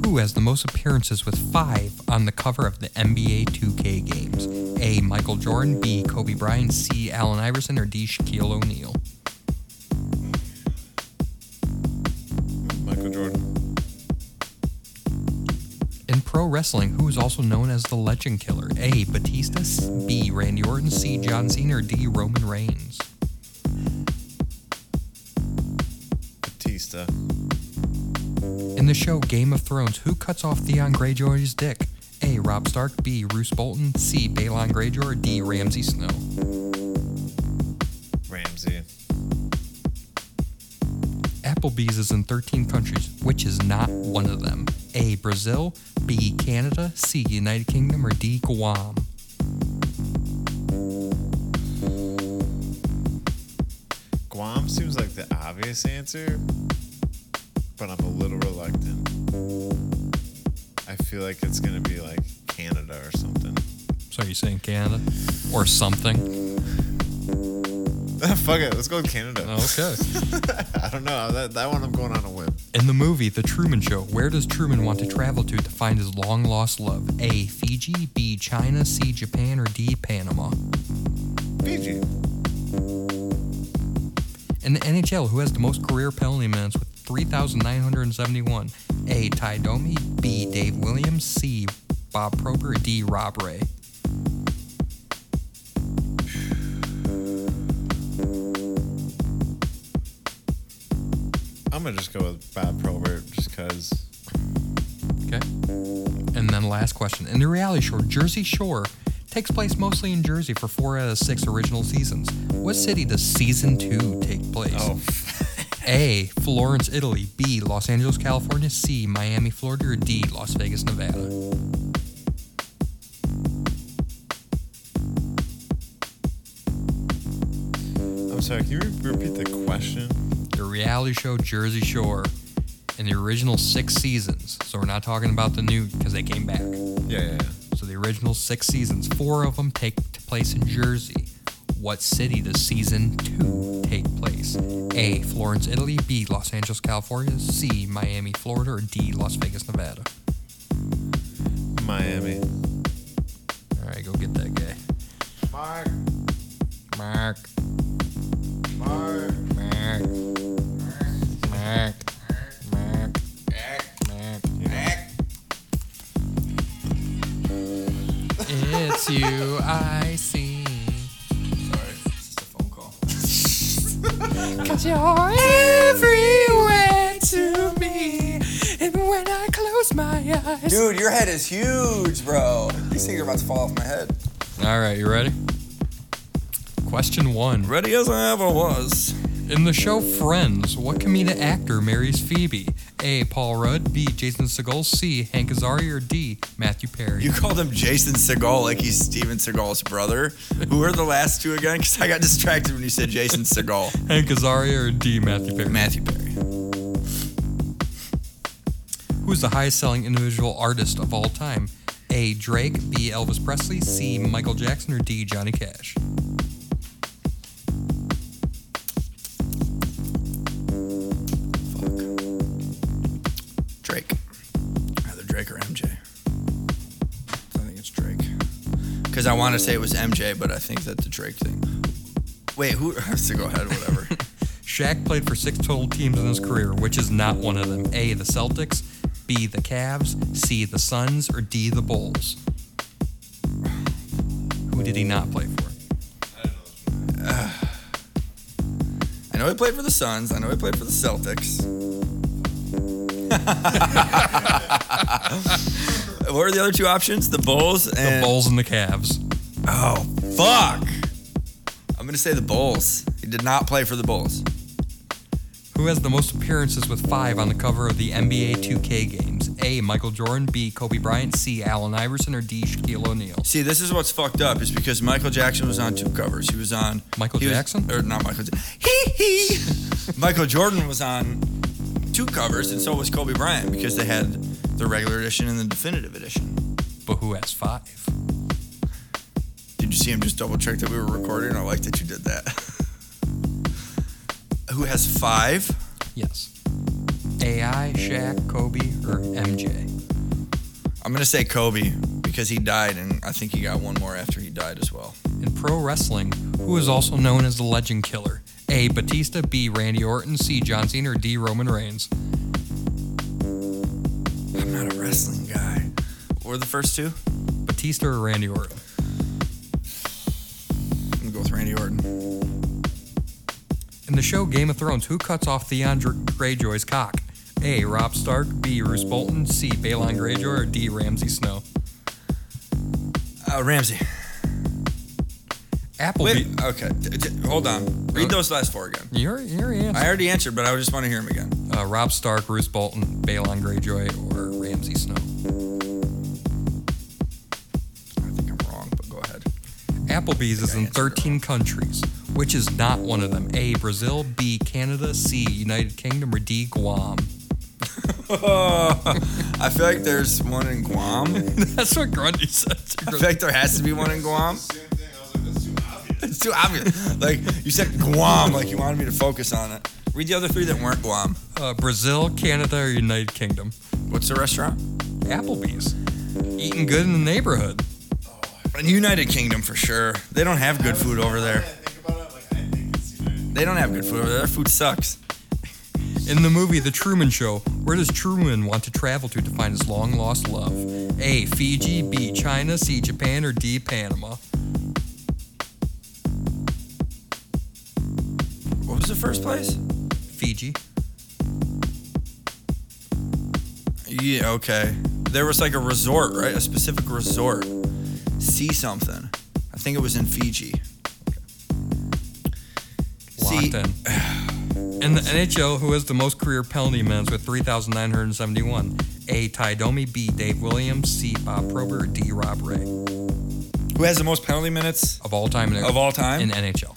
Who has the most appearances with five on the cover of the NBA 2K games? A. Michael Jordan, B. Kobe Bryant, C. Allen Iverson, or D. Shaquille O'Neal? Michael Jordan. In pro wrestling, who is also known as the Legend Killer? A. Batista, S- B. Randy Orton, C. John Cena, or D. Roman Reigns? Batista. In the show Game of Thrones, who cuts off Theon Greyjoy's dick? A. Rob Stark, B. Roose Bolton, C. Balon Greyjoy, or D. Ramsay Snow? Ramsey. Applebee's is in 13 countries, which is not one of them. A. Brazil, B. Canada, C. United Kingdom, or D. Guam. Guam seems like the obvious answer, but I'm a little reluctant. I feel like it's going to be like Canada or something. So you're saying Canada or something? Fuck it. Let's go with Canada. Oh, Okay. I don't know. That, that one I'm going on a whim. In the movie The Truman Show, where does Truman want to travel to to find his long lost love? A. Fiji, B. China, C. Japan, or D. Panama? Fiji. In the NHL, who has the most career penalty minutes with 3,971? A. Ty Domi, B. Dave Williams, C. Bob Prober, or D. Rob Ray? I'm going to just go with Bob Probert just because. Okay. And then last question. In the reality show, Jersey Shore takes place mostly in Jersey for four out of six original seasons. What city does season two take place? A. Florence, Italy. B. Los Angeles, California. C. Miami, Florida. Or D. Las Vegas, Nevada. I'm sorry. Can you re- repeat the question? The reality show Jersey Shore in the original six seasons. So we're not talking about the new because they came back. Yeah, yeah, yeah. So the original six seasons, four of them take t- place in Jersey. What city does season two take place? A. Florence, Italy. B. Los Angeles, California. C. Miami, Florida. Or D. Las Vegas, Nevada. Miami. All right, go get that guy. Mark. Mark. Mark. Mark. Mark. Mark. Mark. It's you I see. Sorry, it's just a phone call. Cause you're everywhere to me. And when I close my eyes. Dude, your head is huge, bro. These things are about to fall off my head. All right, you ready? Question one. Ready as I ever was. In the show Friends, what comedic actor marries Phoebe? A. Paul Rudd, B. Jason Segel, C. Hank Azaria, or D. Matthew Perry? You called him Jason Segal like he's Steven Seagal's brother. Who are the last two again? Because I got distracted when you said Jason Segal. Hank Azaria or D. Matthew Perry? Matthew Perry. Who's the highest selling individual artist of all time? A. Drake, B. Elvis Presley, C. Michael Jackson, or D. Johnny Cash? Fuck. Drake. Either Drake or MJ. I think it's Drake. Because I want to say it was MJ, but I think that the Drake thing. Wait, who? Segal had whatever. Shaq played for six total teams in his career, which is not one of them. A. The Celtics, B. The Cavs. C. The Suns. Or D. The Bulls. Who did he not play for? I know he played for the Suns. I know he played for the Celtics. what were the other two options? The Bulls The and Bulls and the Cavs. Oh fuck! I'm gonna say the Bulls. He did not play for the Bulls. Who has the most appearances with five on the cover of the NBA 2K games? A. Michael Jordan. B. Kobe Bryant. C. Allen Iverson. Or D. Shaquille O'Neal. See, this is what's fucked up is because Michael Jackson was on two covers. He was on Michael he was- Jackson? or not Michael. Ja- Hee hee. Michael Jordan was on two covers, and so was Kobe Bryant because they had the regular edition and the definitive edition. But who has five? Did you see him just double check that we were recording? I like that you did that. Who has five? Yes. AI, Shaq, Kobe, or MJ? I'm gonna say Kobe because he died, and I think he got one more after he died as well. In pro wrestling, who is also known as the Legend Killer? A. Batista. B. Randy Orton. C. John Cena. Or D. Roman Reigns. I'm not a wrestling guy. What were the first two? Batista or Randy Orton? I'm gonna go with Randy Orton. In the show Game of Thrones, who cuts off Theon Dr- Greyjoy's cock? A. Rob Stark. B. Roose Bolton. C. Balon Greyjoy. Or D. Ramsay Snow. Uh, Ramsey. Appleby. Oh, Wait. Okay. d- d- Hold on. Read those last four again. Your, your answer. I already answered, but I just want to hear them again. uh, Rob Stark, Roose Bolton, Balon Greyjoy, or Ramsay Snow. I think I'm wrong, but go ahead. Applebee's is I in answered it 13 countries. Which is not one of them? A. Brazil, B. Canada, C. United Kingdom, or D. Guam? I feel like there's one in Guam. I That's what Grundy said. feel like there has to be one in Guam. Same thing. I was like, that's It's too obvious. too obvious. Like you said, Guam. Like you wanted me to focus on it. Read the other three that weren't Guam. Uh, Brazil, Canada, or United Kingdom? What's the restaurant? Applebee's. Eating good in the neighborhood. United Kingdom for sure. They don't have good food over Now that I there. think about it, like, I think it's United. They don't have good food over there. Their food sucks. In the movie The Truman Show, where does Truman want to travel to to find his long lost love? A. Fiji, B. China, C. Japan, or D. Panama? What was the first place? Fiji. Yeah, okay. There was like a resort, right? A specific resort. See something. I think it was in Fiji. locked See- in. And the NHL, who has the most career penalty minutes with 3,971? A. Ty Domi, B. Dave Williams, C. Bob Prober, or D. Rob Ray. Who has the most penalty minutes Of all time in, of all time? in NHL.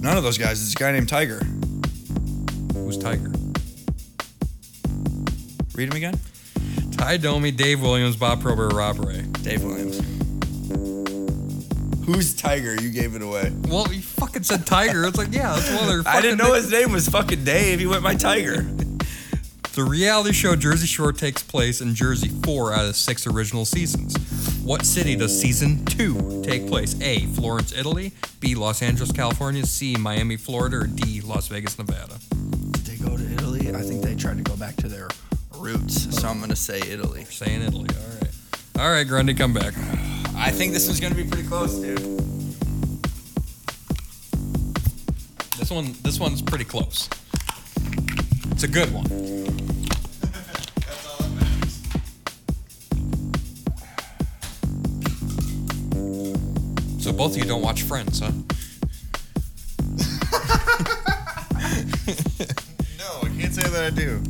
None of those guys. It's a guy named Tiger. Who's Tiger? Read him again. Ty Domi, Dave Williams, Bob Prober, or Rob Ray. Dave Williams. Who's Tiger? You gave it away. Well, you fucking said Tiger. It's like, yeah, that's one of their I didn't know it. his name was fucking Dave. He went by Tiger. The reality show Jersey Shore takes place in Jersey four out of six original seasons. What city does season two take place? A. Florence, Italy. B. Los Angeles, California. C. Miami, Florida. Or D. Las Vegas, Nevada. Did they go to Italy? I think they tried to go back to their roots. So I'm gonna say Italy. Saying Italy. All right. All right, Grundy, come back. I think this one's gonna be pretty close, dude. This one, this one's pretty close. It's a good one. That's all that matters. So both of you don't watch Friends, huh? No, I can't say that I do.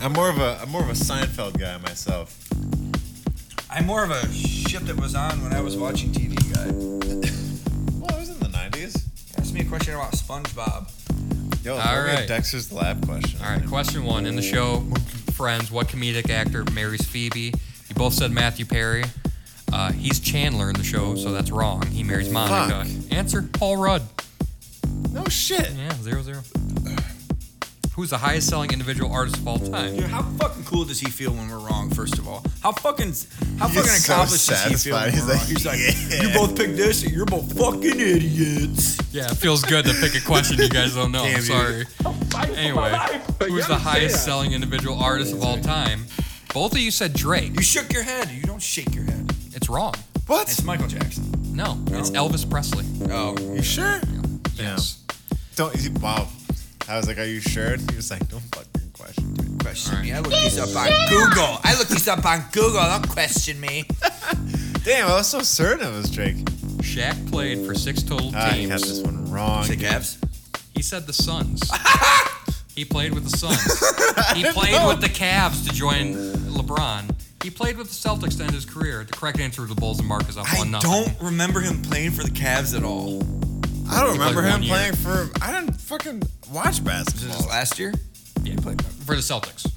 I'm more of a I'm more of a Seinfeld guy myself. I'm more of a shit that was on when I was watching TV guy. Well, I was in the 90s. Ask me a question about SpongeBob. Yo, All throw me a right. Dexter's Lab question. All right. Question one in the show Friends. What comedic actor marries Phoebe? You both said Matthew Perry. Uh, he's Chandler in the show, so that's wrong. He marries Monica. Answer: Paul Rudd. No shit. Yeah, zero zero. Who's the highest selling individual artist of all time? Dude, how fucking cool does he feel when we're wrong? First of all, how fucking how He's fucking so accomplished does he feel when satisfied. we're wrong? He's He's like, you like, both picked this, and you're both fucking idiots. Yeah, it feels good to pick a question you guys don't know. Damn I'm you. sorry. fight Anyway, for my life. But who's y'all the say highest that. selling individual artist of all time? Both of you said Drake. You shook your head. You don't shake your head. It's wrong. It's What? Michael Jackson. No, it's Elvis Presley. Oh, You sure? Yes. Don't. you- Wow. I was like, "Are you sure?" He was like, "Don't fucking question." me." question me. I looked these up on Google. I looked these up on Google. Don't question me. Damn, I was so certain it was Drake. Shaq played for six total Ah, I got teams. this one wrong. The Cavs. He said the Suns. he played with the Suns. He played know. with the Cavs to join LeBron. He played with the Celtics to end his career. The correct answer was the Bulls and Marcus up one I nothing. don't remember him playing for the Cavs at all. I don't remember played him one year. playing for. I didn't fucking watch Was it basketball. his last year? Yeah, he played for the Celtics.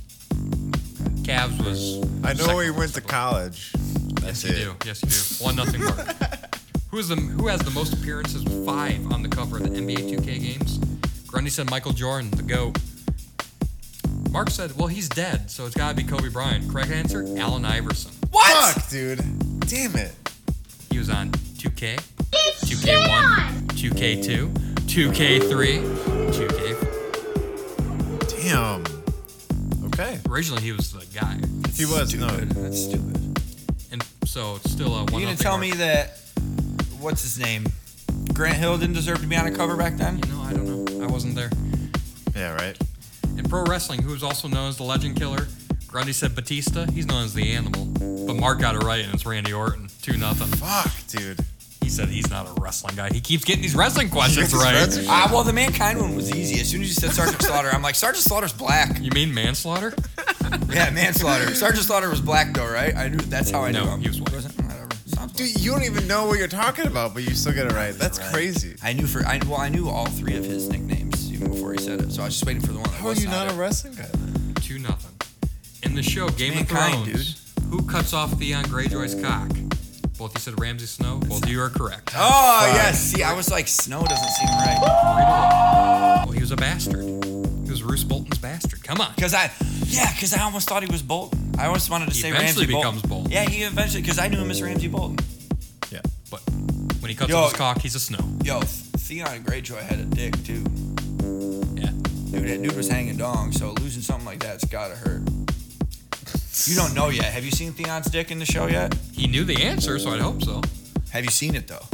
Cavs was. I know second he round, went I to believe. college. Yes, That's you do. Yes, you do. One nothing mark. Who's the who has the most appearances with five on the cover of the NBA 2K games? Grundy said Michael Jordan, the GOAT. Mark said, well, he's dead, so it's gotta be Kobe Bryant. Correct answer, Allen Iverson. What? Fuck, dude. Damn it. He was on 2K, 2K1, 2K2, 2K3, 2K. Damn. Okay. Originally, he was the guy, He was no. Stupid. That's stupid. and so it's still a one. oh You gonna tell me that? What's his name? Grant Hill didn't deserve to be on a cover back then. You know, I don't know. I wasn't there. Yeah, right. In pro wrestling, who is also known as the Legend Killer, Grundy said Batista. He's known as the Animal, but Mark got it right, and it's Randy Orton. Two nothing. Fuck, dude. He said he's not a wrestling guy. He keeps getting these wrestling questions Yes, right. that's- Ah, well, the mankind one was easy. As soon as you said Sergeant Slaughter, I'm like Sergeant Slaughter's black. You mean manslaughter? Yeah, manslaughter. Sergeant Slaughter was black though, right? I knew. That's how I knew No, him. he was white. Wasn't- Whatever. Sounds like- Dude, you don't even know what you're talking about, but you still get it right. That's Right. crazy. I knew for I well I knew all three of his nicknames even before he said it, so I was just waiting for the one that How are was you not a wrestling guy then? Two nothing. In the show Game mankind, of Thrones, who cuts off Theon Greyjoy's cock? Both you said Ramsay Snow. Both of you are correct. Oh yes, see I was like snow doesn't seem right Well, he was a bastard. He was Roose Bolton's bastard. Come on. because I yeah because I almost thought he was Bolton. I almost wanted to He say eventually Ramsey Bolton. becomes Bolton. Yeah, he eventually because I knew him as Ramsey Bolton. Yeah. But when he cuts Yo. off his cock, he's a snow. Yo, Theon Greyjoy had a dick too. Yeah. Dude, that dude was hanging dong, so losing something like that's gotta hurt. You don't know yet. Have you seen Theon's dick in the show yet? He knew the answer, so I'd hope so. Have you seen it though?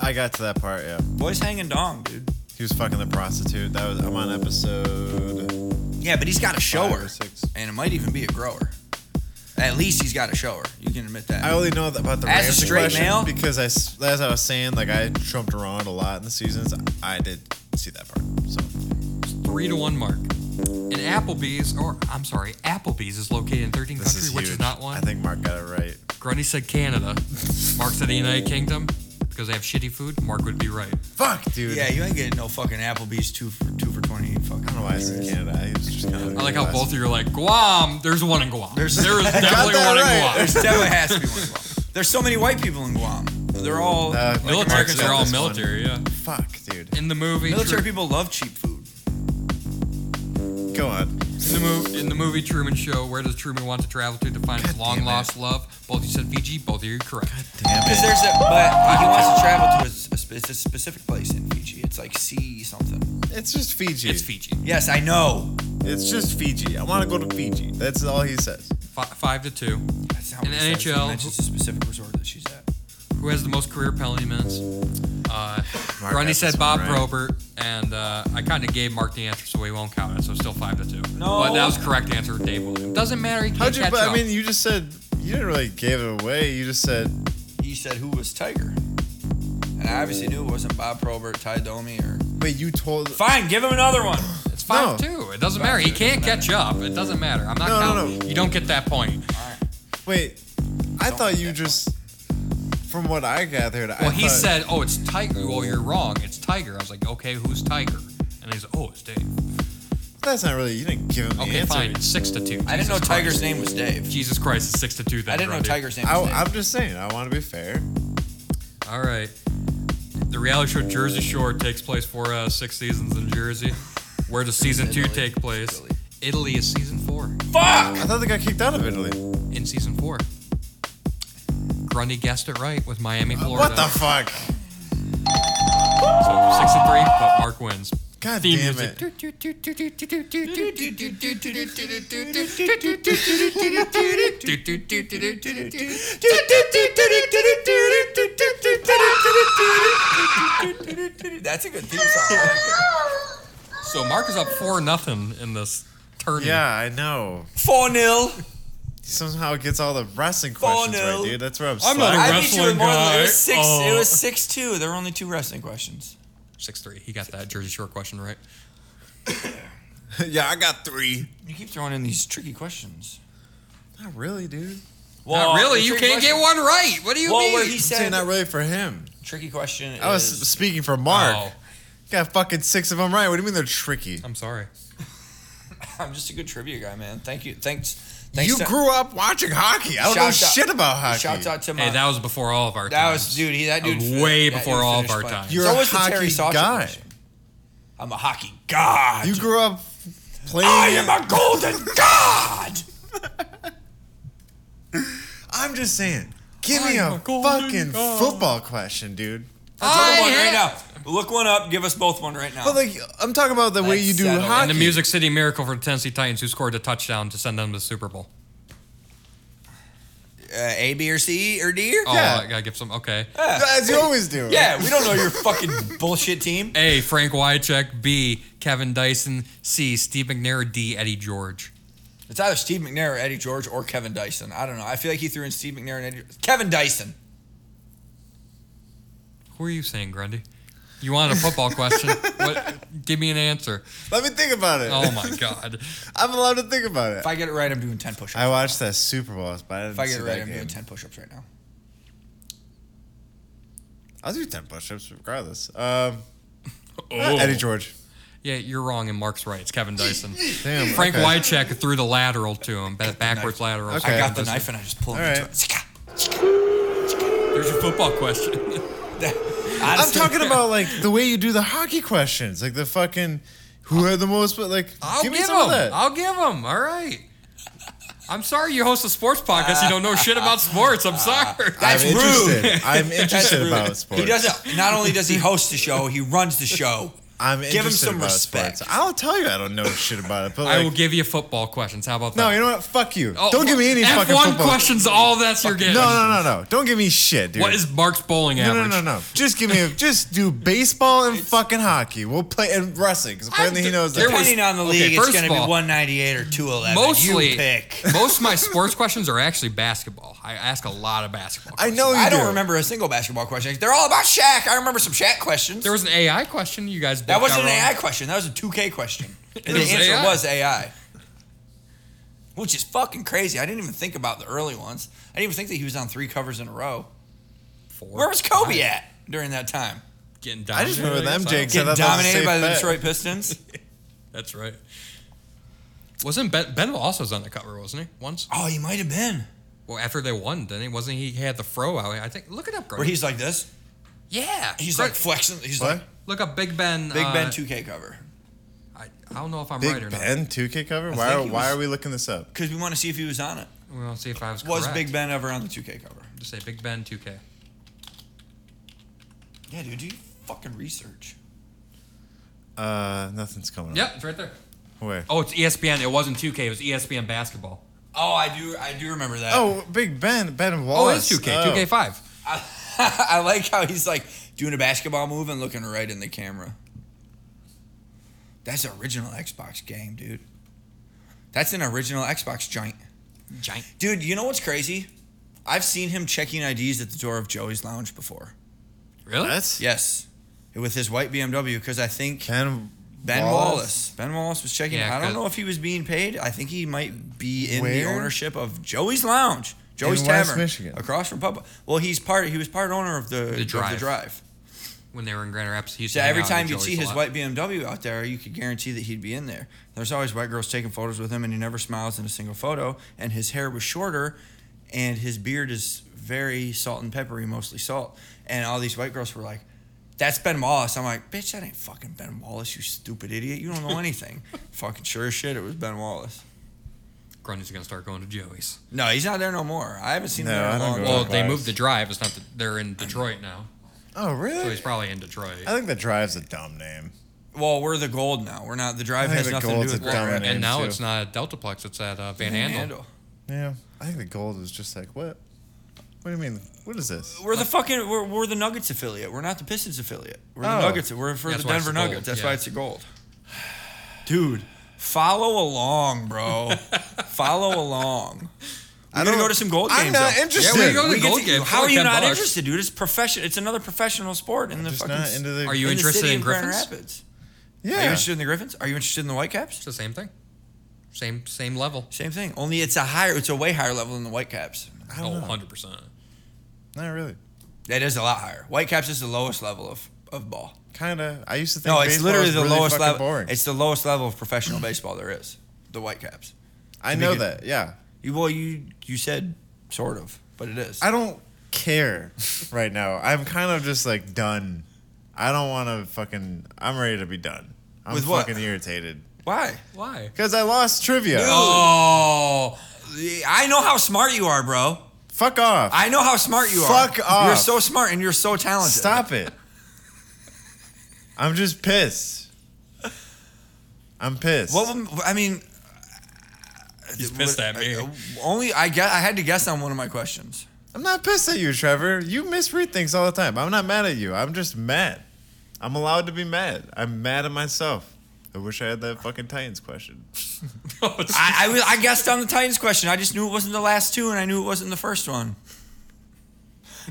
I got to that part, yeah. Boy's hanging dong, dude. He was fucking the prostitute. That was I'm on episode Yeah, but he's got to show five her. or six. and it might even be a grower. At least he's got a shower. You can admit that. I only know about the As a Ramsey straight question male? because I, s- as I was saying, like I trumped around a lot in the seasons. I did see that part. So Three to one mark. And Applebee's, or I'm sorry, Applebee's is located in 13 this countries, is huge. which is not one. I think Mark got it right. Grundy said Canada. Mark said the United Kingdom because they have shitty food. Mark would be right. Fuck, dude. yeah, you ain't getting no fucking Applebee's two for two for twenty. Fuck. I don't know why I said Canada. I was just kind of. I like how both of you are like, Guam, there's one in Guam. There's- there is I got definitely that one right. in Guam. There's definitely has to be one. in Guam. There's so many white people in Guam. They're all Uh, like Military, Military, Americans they're have all this one. military, yeah. Fuck, dude. In the movie, Military Tru- people love cheap food. Go on. in, the mov- in the movie Truman Show, where does Truman want to travel to to find his God long damn it. lost love? Both you said Fiji, both of you are correct. Damn Because it. there's a but he wants to travel to a, s- a spe- it's a specific place in Fiji. It's like sea something. It's just Fiji. It's Fiji. Yes, I know. It's just Fiji. I want to go to Fiji. That's all he says. Fi five to two. That's not In what it says. NHL It mentions a specific resort that she's at. Who has the most career penalty minutes? Uh, Mark Grundy got this said one Bob right. Probert, and uh, I kind of gave Mark the answer, so we won't count it. So it's still five to two. No. but that was the correct answer. Dave Williams. Doesn't matter. He can't How'd you? catch But I up. mean, you just said you didn't really give it away. You just said he said who was Tiger. And I obviously knew it wasn't Bob Probert, Ty Domi, or. But you told. Fine, give him another one. it's five to no. two. It doesn't matter. He can't catch up. It doesn't matter. I'm not No, no, counting. no. You don't get that point. Wait, I Don't thought like you that just. From what I gathered, I Well, he thought- said, "Oh, it's Tiger." Well, you're wrong. It's Tiger. I was like, "Okay, who's Tiger?" And he's, "Oh, it's Dave." that's not really. You didn't give him the Okay, answer. fine. It's six to two. I Jesus didn't know Tiger's Christ. name was Dave. Jesus Christ, it's six to two. Then I didn't know Grundy. Tiger's name was Dave. I, am just saying. I want to be fair. All right. The reality show Jersey Shore takes place for uh, six seasons in Jersey. Where does season two Italy. take place? Italy. Italy is season four. Fuck! I thought they got kicked out of Italy. In season four, Grundy guessed it right with Miami, Florida. What the fuck? So six to three, but Mark wins. God Theme damn music. it. That's a good theme song. I like it. So Mark is up four nothing in this tournament. Yeah, I know. Four nil. Somehow it gets all the wrestling Four questions nil. right, dude. That's where I'm, I'm not a slacking. I beat you with wrestling more than it guy. was six. It Oh. was six two. There were only two wrestling questions. Six three. He got that Jersey Shore question right. yeah, I got three. You keep throwing in these tricky questions. Not really, dude. Well, Not really. the You tricky can't question- get one right. What do you Well, mean? where he I'm saying said not really for him. tricky question I was is speaking for Mark. Oh, Got fucking six of them right. What do you mean they're tricky? I'm sorry. I'm just a good trivia guy, man. Thank you. Thanks. Thanks you to- grew up watching hockey. I don't Shout know out- shit about hockey. Shouts out to my. Hey, that was before all of our that times. was dude. He, that That dude was fin- way that dude before all of finished our playing. times. You're so a was the Terry hockey Sawchuk guy. question. I'm a hockey god. you grew up playing. I am a golden god. I'm just saying. Give me I'm a a golden fucking god. football question, dude. Look one I right now. Look one up. Give us both one right now. But like, I'm talking about the way Oh. Let's you do settle. hockey. and the Music City Miracle for the Tennessee Titans, who scored a touchdown to send them to the Super Bowl. uh, A, B, or C, or D? Oh, Yeah. I gotta give some. Okay. As you always do. Yeah, we don't know your fucking bullshit team. A. Frank Wycheck. B. Kevin Dyson. C. Steve McNair. D. Eddie George. It's either Steve McNair or Eddie George or Kevin Dyson. I don't know. I feel like he threw in Steve McNair and Eddie. Kevin Dyson. Who are you saying, Grundy? You wanted a football question? What? Give me an answer. Let me think about it. Oh my God. I'm allowed to think about it. If I get it right, I'm doing 10 push ups. I watched that Super Bowl, but I didn't If I get see it right, that I'm doing game. 10 push ups right now. I'll do 10 push-ups regardless. Um, uh, Oh. Eddie George. Yeah, you're wrong, and Mark's right. It's Kevin Dyson. Damn. Frank okay. Wycheck threw the lateral to him, that backwards lateral. Okay. I Yeah, got the Just- knife and I just pulled it All into right. it. Sika. There's your football question. I'm Honestly, talking about like the way you do the hockey questions, like the fucking who had the most, but like I'll give give, me some of him. that. I'll give him. All right. I'm sorry you host a sports podcast. You don't know shit about sports. I'm sorry. That's I'm rude. interested. I'm interested rude. about sports. He doesn't. Not only does he host the show, he runs the show. I'm Give him interested some about respect. sports. I'll tell you I don't know shit about it, but I will like- give you football questions. How about that? no, you know what? Fuck you. Oh, don't give me any F1 fucking football. questions. All that's you're No, getting. no, no, no. Don't give me shit, dude. What is Mark's bowling no, no, average? no, no. Just give me. A, just do baseball and fucking hockey. We'll play and wrestling because apparently he d- knows there that. was- Depending on the okay, league, it's first going to of be all, 198 or 211. Mostly, you pick. most of my sports questions are actually basketball. I ask a lot of basketball. I Questions. know you I don't do. remember a single basketball question. They're all about Shaq. I remember some Shaq questions. There was an AI question. You guys that both wasn't an got wrong. AI question. That was a 2K question. And the was answer AI. was AI. Which is fucking crazy. I didn't even think about the early ones. I didn't even think that he was on three covers in a row. Four, Where was Kobe five. at during that time? Getting I just remember dominated, them I guess. I don't jigs. get- I Getting thought that was a dominated safe by the bet. Detroit Pistons? That's right. Wasn't Ben Ben also was on the cover, wasn't he? Once. Oh, he might have been. Well, after they won, then he wasn't he had the fro out. I think. Look it up, Greg. Where he's like this. yeah. He's Greg, like flexing. He's What? like look up Big Ben. Big uh, Ben 2K cover. I, I don't know if I'm right or Big not. Ben 2K cover. think Why? Are, it why was- are we looking this up? Because we want to see if he was on it. We want to see if I was Was correct. Big Oh. Ben ever on the 2K cover? Just say Big Ben 2K. Yeah, dude, do you fucking research? Uh, nothing's coming up. Yep, it's right there. Where? Oh, it's ESPN. It wasn't 2K. It was E ESPN basketball. Oh, I do. I do remember that. Oh, Big Ben, Ben Oh, Wallace. it's 2K. Oh. 2K5. I like how he's like doing a basketball move and looking right in the camera. That's an original Xbox game, dude. That's an original Xbox joint. Giant. Dude, you know what's crazy? I've seen him checking IDs at the door of Joey's Lounge before. Really? That's Yes. With his white BMW, because I think Ben. Ben Wallace. Ben Wallace was checking. Yeah, I don't 'cause- know if he was being paid. I think he might be in the Where? ownership of Joey's Lounge, Joey's West Tavern, Michigan. across from Public. Well, he's part. He was part owner of the, of the Drive. drive. When they were in Grand Rapids, he used So to hang every out at time you'd Joey's see a his lot. white BMW out there, you could guarantee that he'd be in there. There's always white girls taking photos with him, and he never smiles in a single photo. And his hair was shorter, and his beard is very salt and peppery, mostly salt. And all these white girls were like, "That's Ben Wallace." I'm like, "Bitch, that ain't fucking Ben Wallace, you stupid idiot. You don't know anything." fucking sure as shit, it was Ben Wallace. Grundy's gonna start going to Joey's. No, he's not there no more. I haven't seen No, him there I in a don't long go Well, Well, time. they Wallace. moved the drive. It's not that they're in Detroit now, Oh, so really? he's probably in Detroit. I think the drive's a dumb name. Well, we're the gold now. We're not the drive I think has the nothing to do gold's with a where dumb we're at. name. And now too. it's not at Deltaplex, it's at uh, Van Andel. Handle. Yeah, I think the gold was just like what? What do you mean? What is this? We're the fucking we're, we're the Nuggets affiliate. We're not the Pistons affiliate. We're Oh. the Nuggets. We're for That's the why it's Denver the gold, Nuggets. That's yeah. why it's the gold. Dude, follow along, bro. follow along. I We're gonna go to some gold I'm games. not though. Yeah, interested. we go to We the get gold to- game. How are Only you 10 not bucks. interested, dude? It's profession. It's another professional sport in the just fucking. not into the. Are you in the interested city in of Grand Griffins? Rapids. Are you Yeah. interested in the Griffins? Are you interested in the Whitecaps? It's the same thing. Same same level. Same thing. Only it's a higher, it's a way higher level than the Whitecaps. I Oh, don't know. 100%. Not really. That is a lot higher. Whitecaps is the lowest level of, of ball. Kind of. I used to think. No, it's baseball literally was the really lowest fucking level. Boring. It's the lowest level of professional baseball there is. The Whitecaps. I to know begin- that. Yeah. You well, you you said sort of, but it is. I don't care right now. I'm kind of just like done. I don't want to fucking. I'm ready to be done. I'm With what? fucking irritated Why? Why? because I lost trivia. Oh, I know how smart you are, bro. Fuck off. I know how smart you are. Fuck off. You're so smart and you're so talented. Stop it. I'm just pissed. I'm pissed. What? would- I mean, uh, He's pissed at me. only I guess I had to guess on one of my questions. I'm not pissed at you, Trevor. You misread things all the time. I'm not mad at you. I'm just mad. I'm allowed to be mad. I'm mad at myself. I wish I had that fucking Titans question. Oh, I, I, was- I guessed on the Titans question. I just knew it wasn't the last two, and I knew it wasn't the first one.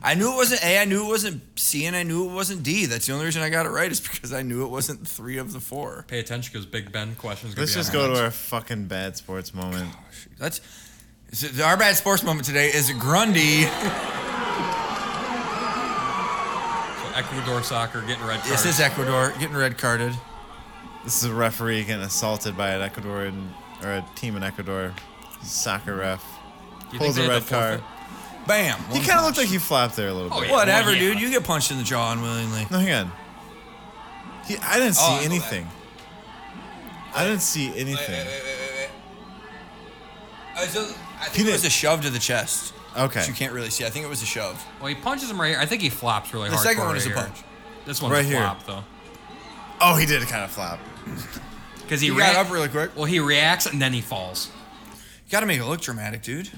I knew it wasn't A, I knew it wasn't C, and I knew it wasn't D. That's the only reason I got it right is because I knew it wasn't three of the four. Pay attention because Big Ben questions. Let's just go to our fucking bad sports moment. That's so our bad sports moment today is Grundy. So Ecuador soccer getting red cards. This is Ecuador getting red carded. This is a referee getting assaulted by an Ecuadorian or a team in Ecuador. Soccer ref. You think Pulls they a had red the card. forfeit? Bam. He One kind of punch. looked like he flopped there a little Oh, bit. yeah. Whatever, Well, yeah. dude. You get punched in the jaw unwillingly. No, hang on. He, I didn't see Oh, I know that. anything. I didn't see anything. Uh, I He think it was did- a shove to the chest. Okay. Which you can't really see. I think it was a shove. Well, he punches him right here. I think he flops really The hard. second one is a here. punch. This one's Right a here. flop, though. Oh, he did kind of flop. Because he, He rea- got up really quick. Well, he reacts and then he falls. You gotta make it look dramatic, dude.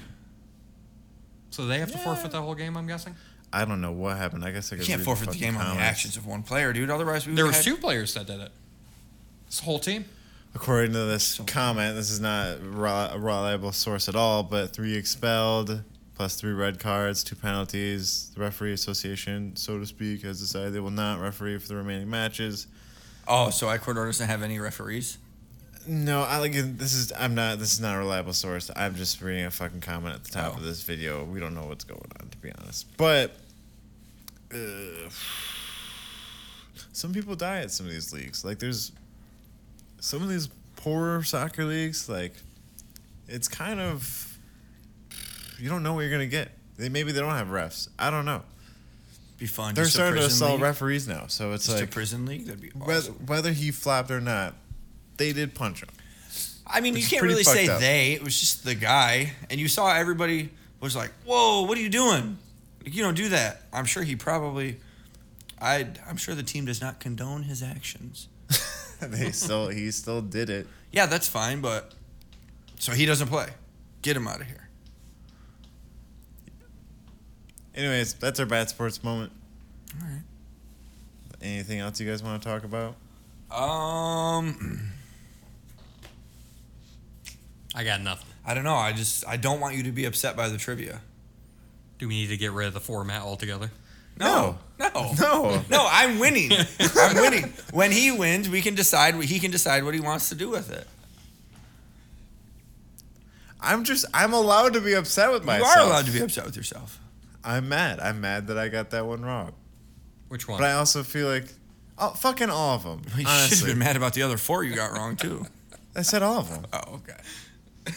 So they have to forfeit the whole game, I'm guessing? I don't know what happened. I guess I could You can't read forfeit the fucking game on the comments. actions of one player, dude. Otherwise, we There would've was had- two players that did it. This whole team. According to this comment, this is not re- a reliable source at all, but three expelled, plus three red cards, two penalties. The referee association, so to speak, has decided they will not referee for the remaining matches. Oh, so Ecuador doesn't have any referees. No, I like this is I'm not this is not a reliable source. I'm just reading a fucking comment at the top Oh. of this video. We don't know what's going on to be honest. But uh, some people die at some of these leagues. Like there's some of these poorer soccer leagues like it's kind of you don't know what you're going to get. They maybe they don't have refs. I don't know. Be fun. They're Just a starting to prison assault league. referees now. So it's Just a like prison league. That'd be whether, awesome. whether he flopped or not, they did punch him. I mean, you is can't pretty really say fucked up. they. It was just the guy, and you saw everybody was like, "Whoa, what are you doing? Like, you don't do that." I'm sure he probably. I I'm sure the team does not condone his actions. they still he still did it. Yeah, that's fine, but so he doesn't play. Get him out of here. Anyways, that's our bad sports moment. All right. Anything else you guys want to talk about? Um, I got nothing. I don't know. I just I don't want you to be upset by the trivia. Do we need to get rid of the format altogether? No, no, No. No, I'm winning. I'm winning. When he wins, we can decide. He can decide what he wants to do with it. I'm just I'm allowed to be upset with You myself. are allowed to be upset with yourself. I'm mad. I'm mad that I got that one wrong. Which one? But I also feel like oh, fucking all of them. You should have honestly. been mad about the other four you got wrong too. I said all of them. oh, okay.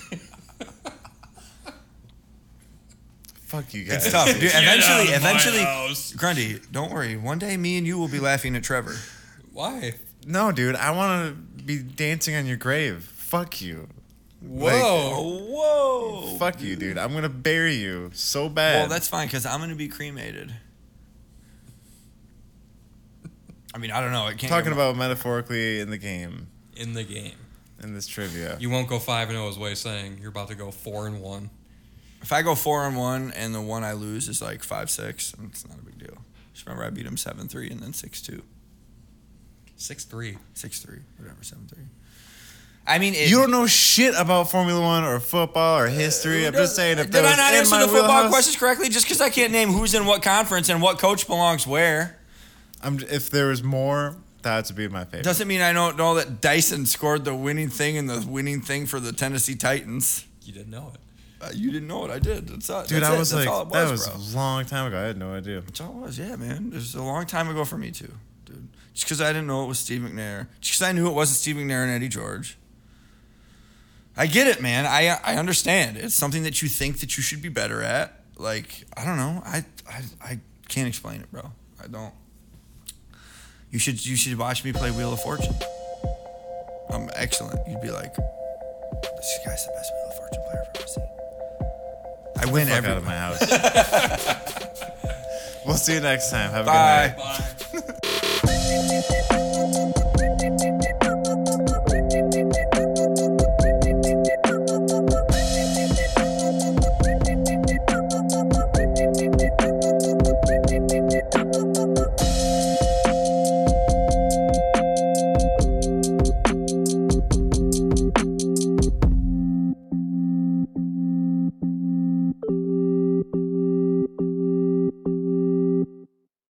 Fuck you guys. It's tough, dude. Eventually, out of my eventually, house. Grundy, don't worry. One day, me and you will be laughing at Trevor. Why? No, dude. I want to be dancing on your grave. Fuck you. Like, Oh, whoa. fuck you, dude. I'm gonna bury you so bad. Well, that's fine because I'm gonna be cremated. I mean, I don't know. I can't. Talking get about metaphorically in the game in the game. in this trivia. You won't go five and zero is way of saying you're about to go four and one. my- if I go four on one and the one I lose is like five six, it's not a big deal. Just remember I beat him seven three and then six two, Six three. six three, whatever seven three. I mean, it, You don't know shit about Formula One or football or history. I'm just saying if Did that I was not in answer my the football wheelhouse, questions correctly? Just because I can't name who's in what conference and what coach belongs where I'm, if there was more, that would be my favorite. doesn't mean I don't know that Dyson scored the winning thing and the winning thing for the Tennessee Titans. You didn't know it. Uh, you didn't know what I did. That's all. Dude, that's I it. was That's like, all it that was, was bro. a long time ago. I had no idea. That's all it was. Yeah, man. It was a long time ago for me too, dude. Just because I didn't know it was Steve McNair. Just because I knew it wasn't Steve McNair and Eddie George. I get it, man. I I understand. It's something that you think that you should be better at. Like I don't know. I I, I can't explain it, bro. I don't. You should you should watch me play Wheel of Fortune. I'm excellent. You'd be like, this guy's the best Wheel of Fortune player I've ever seen. I win Fuck every. out of my house. we'll see you next time. Have a good night. Bye. Bye.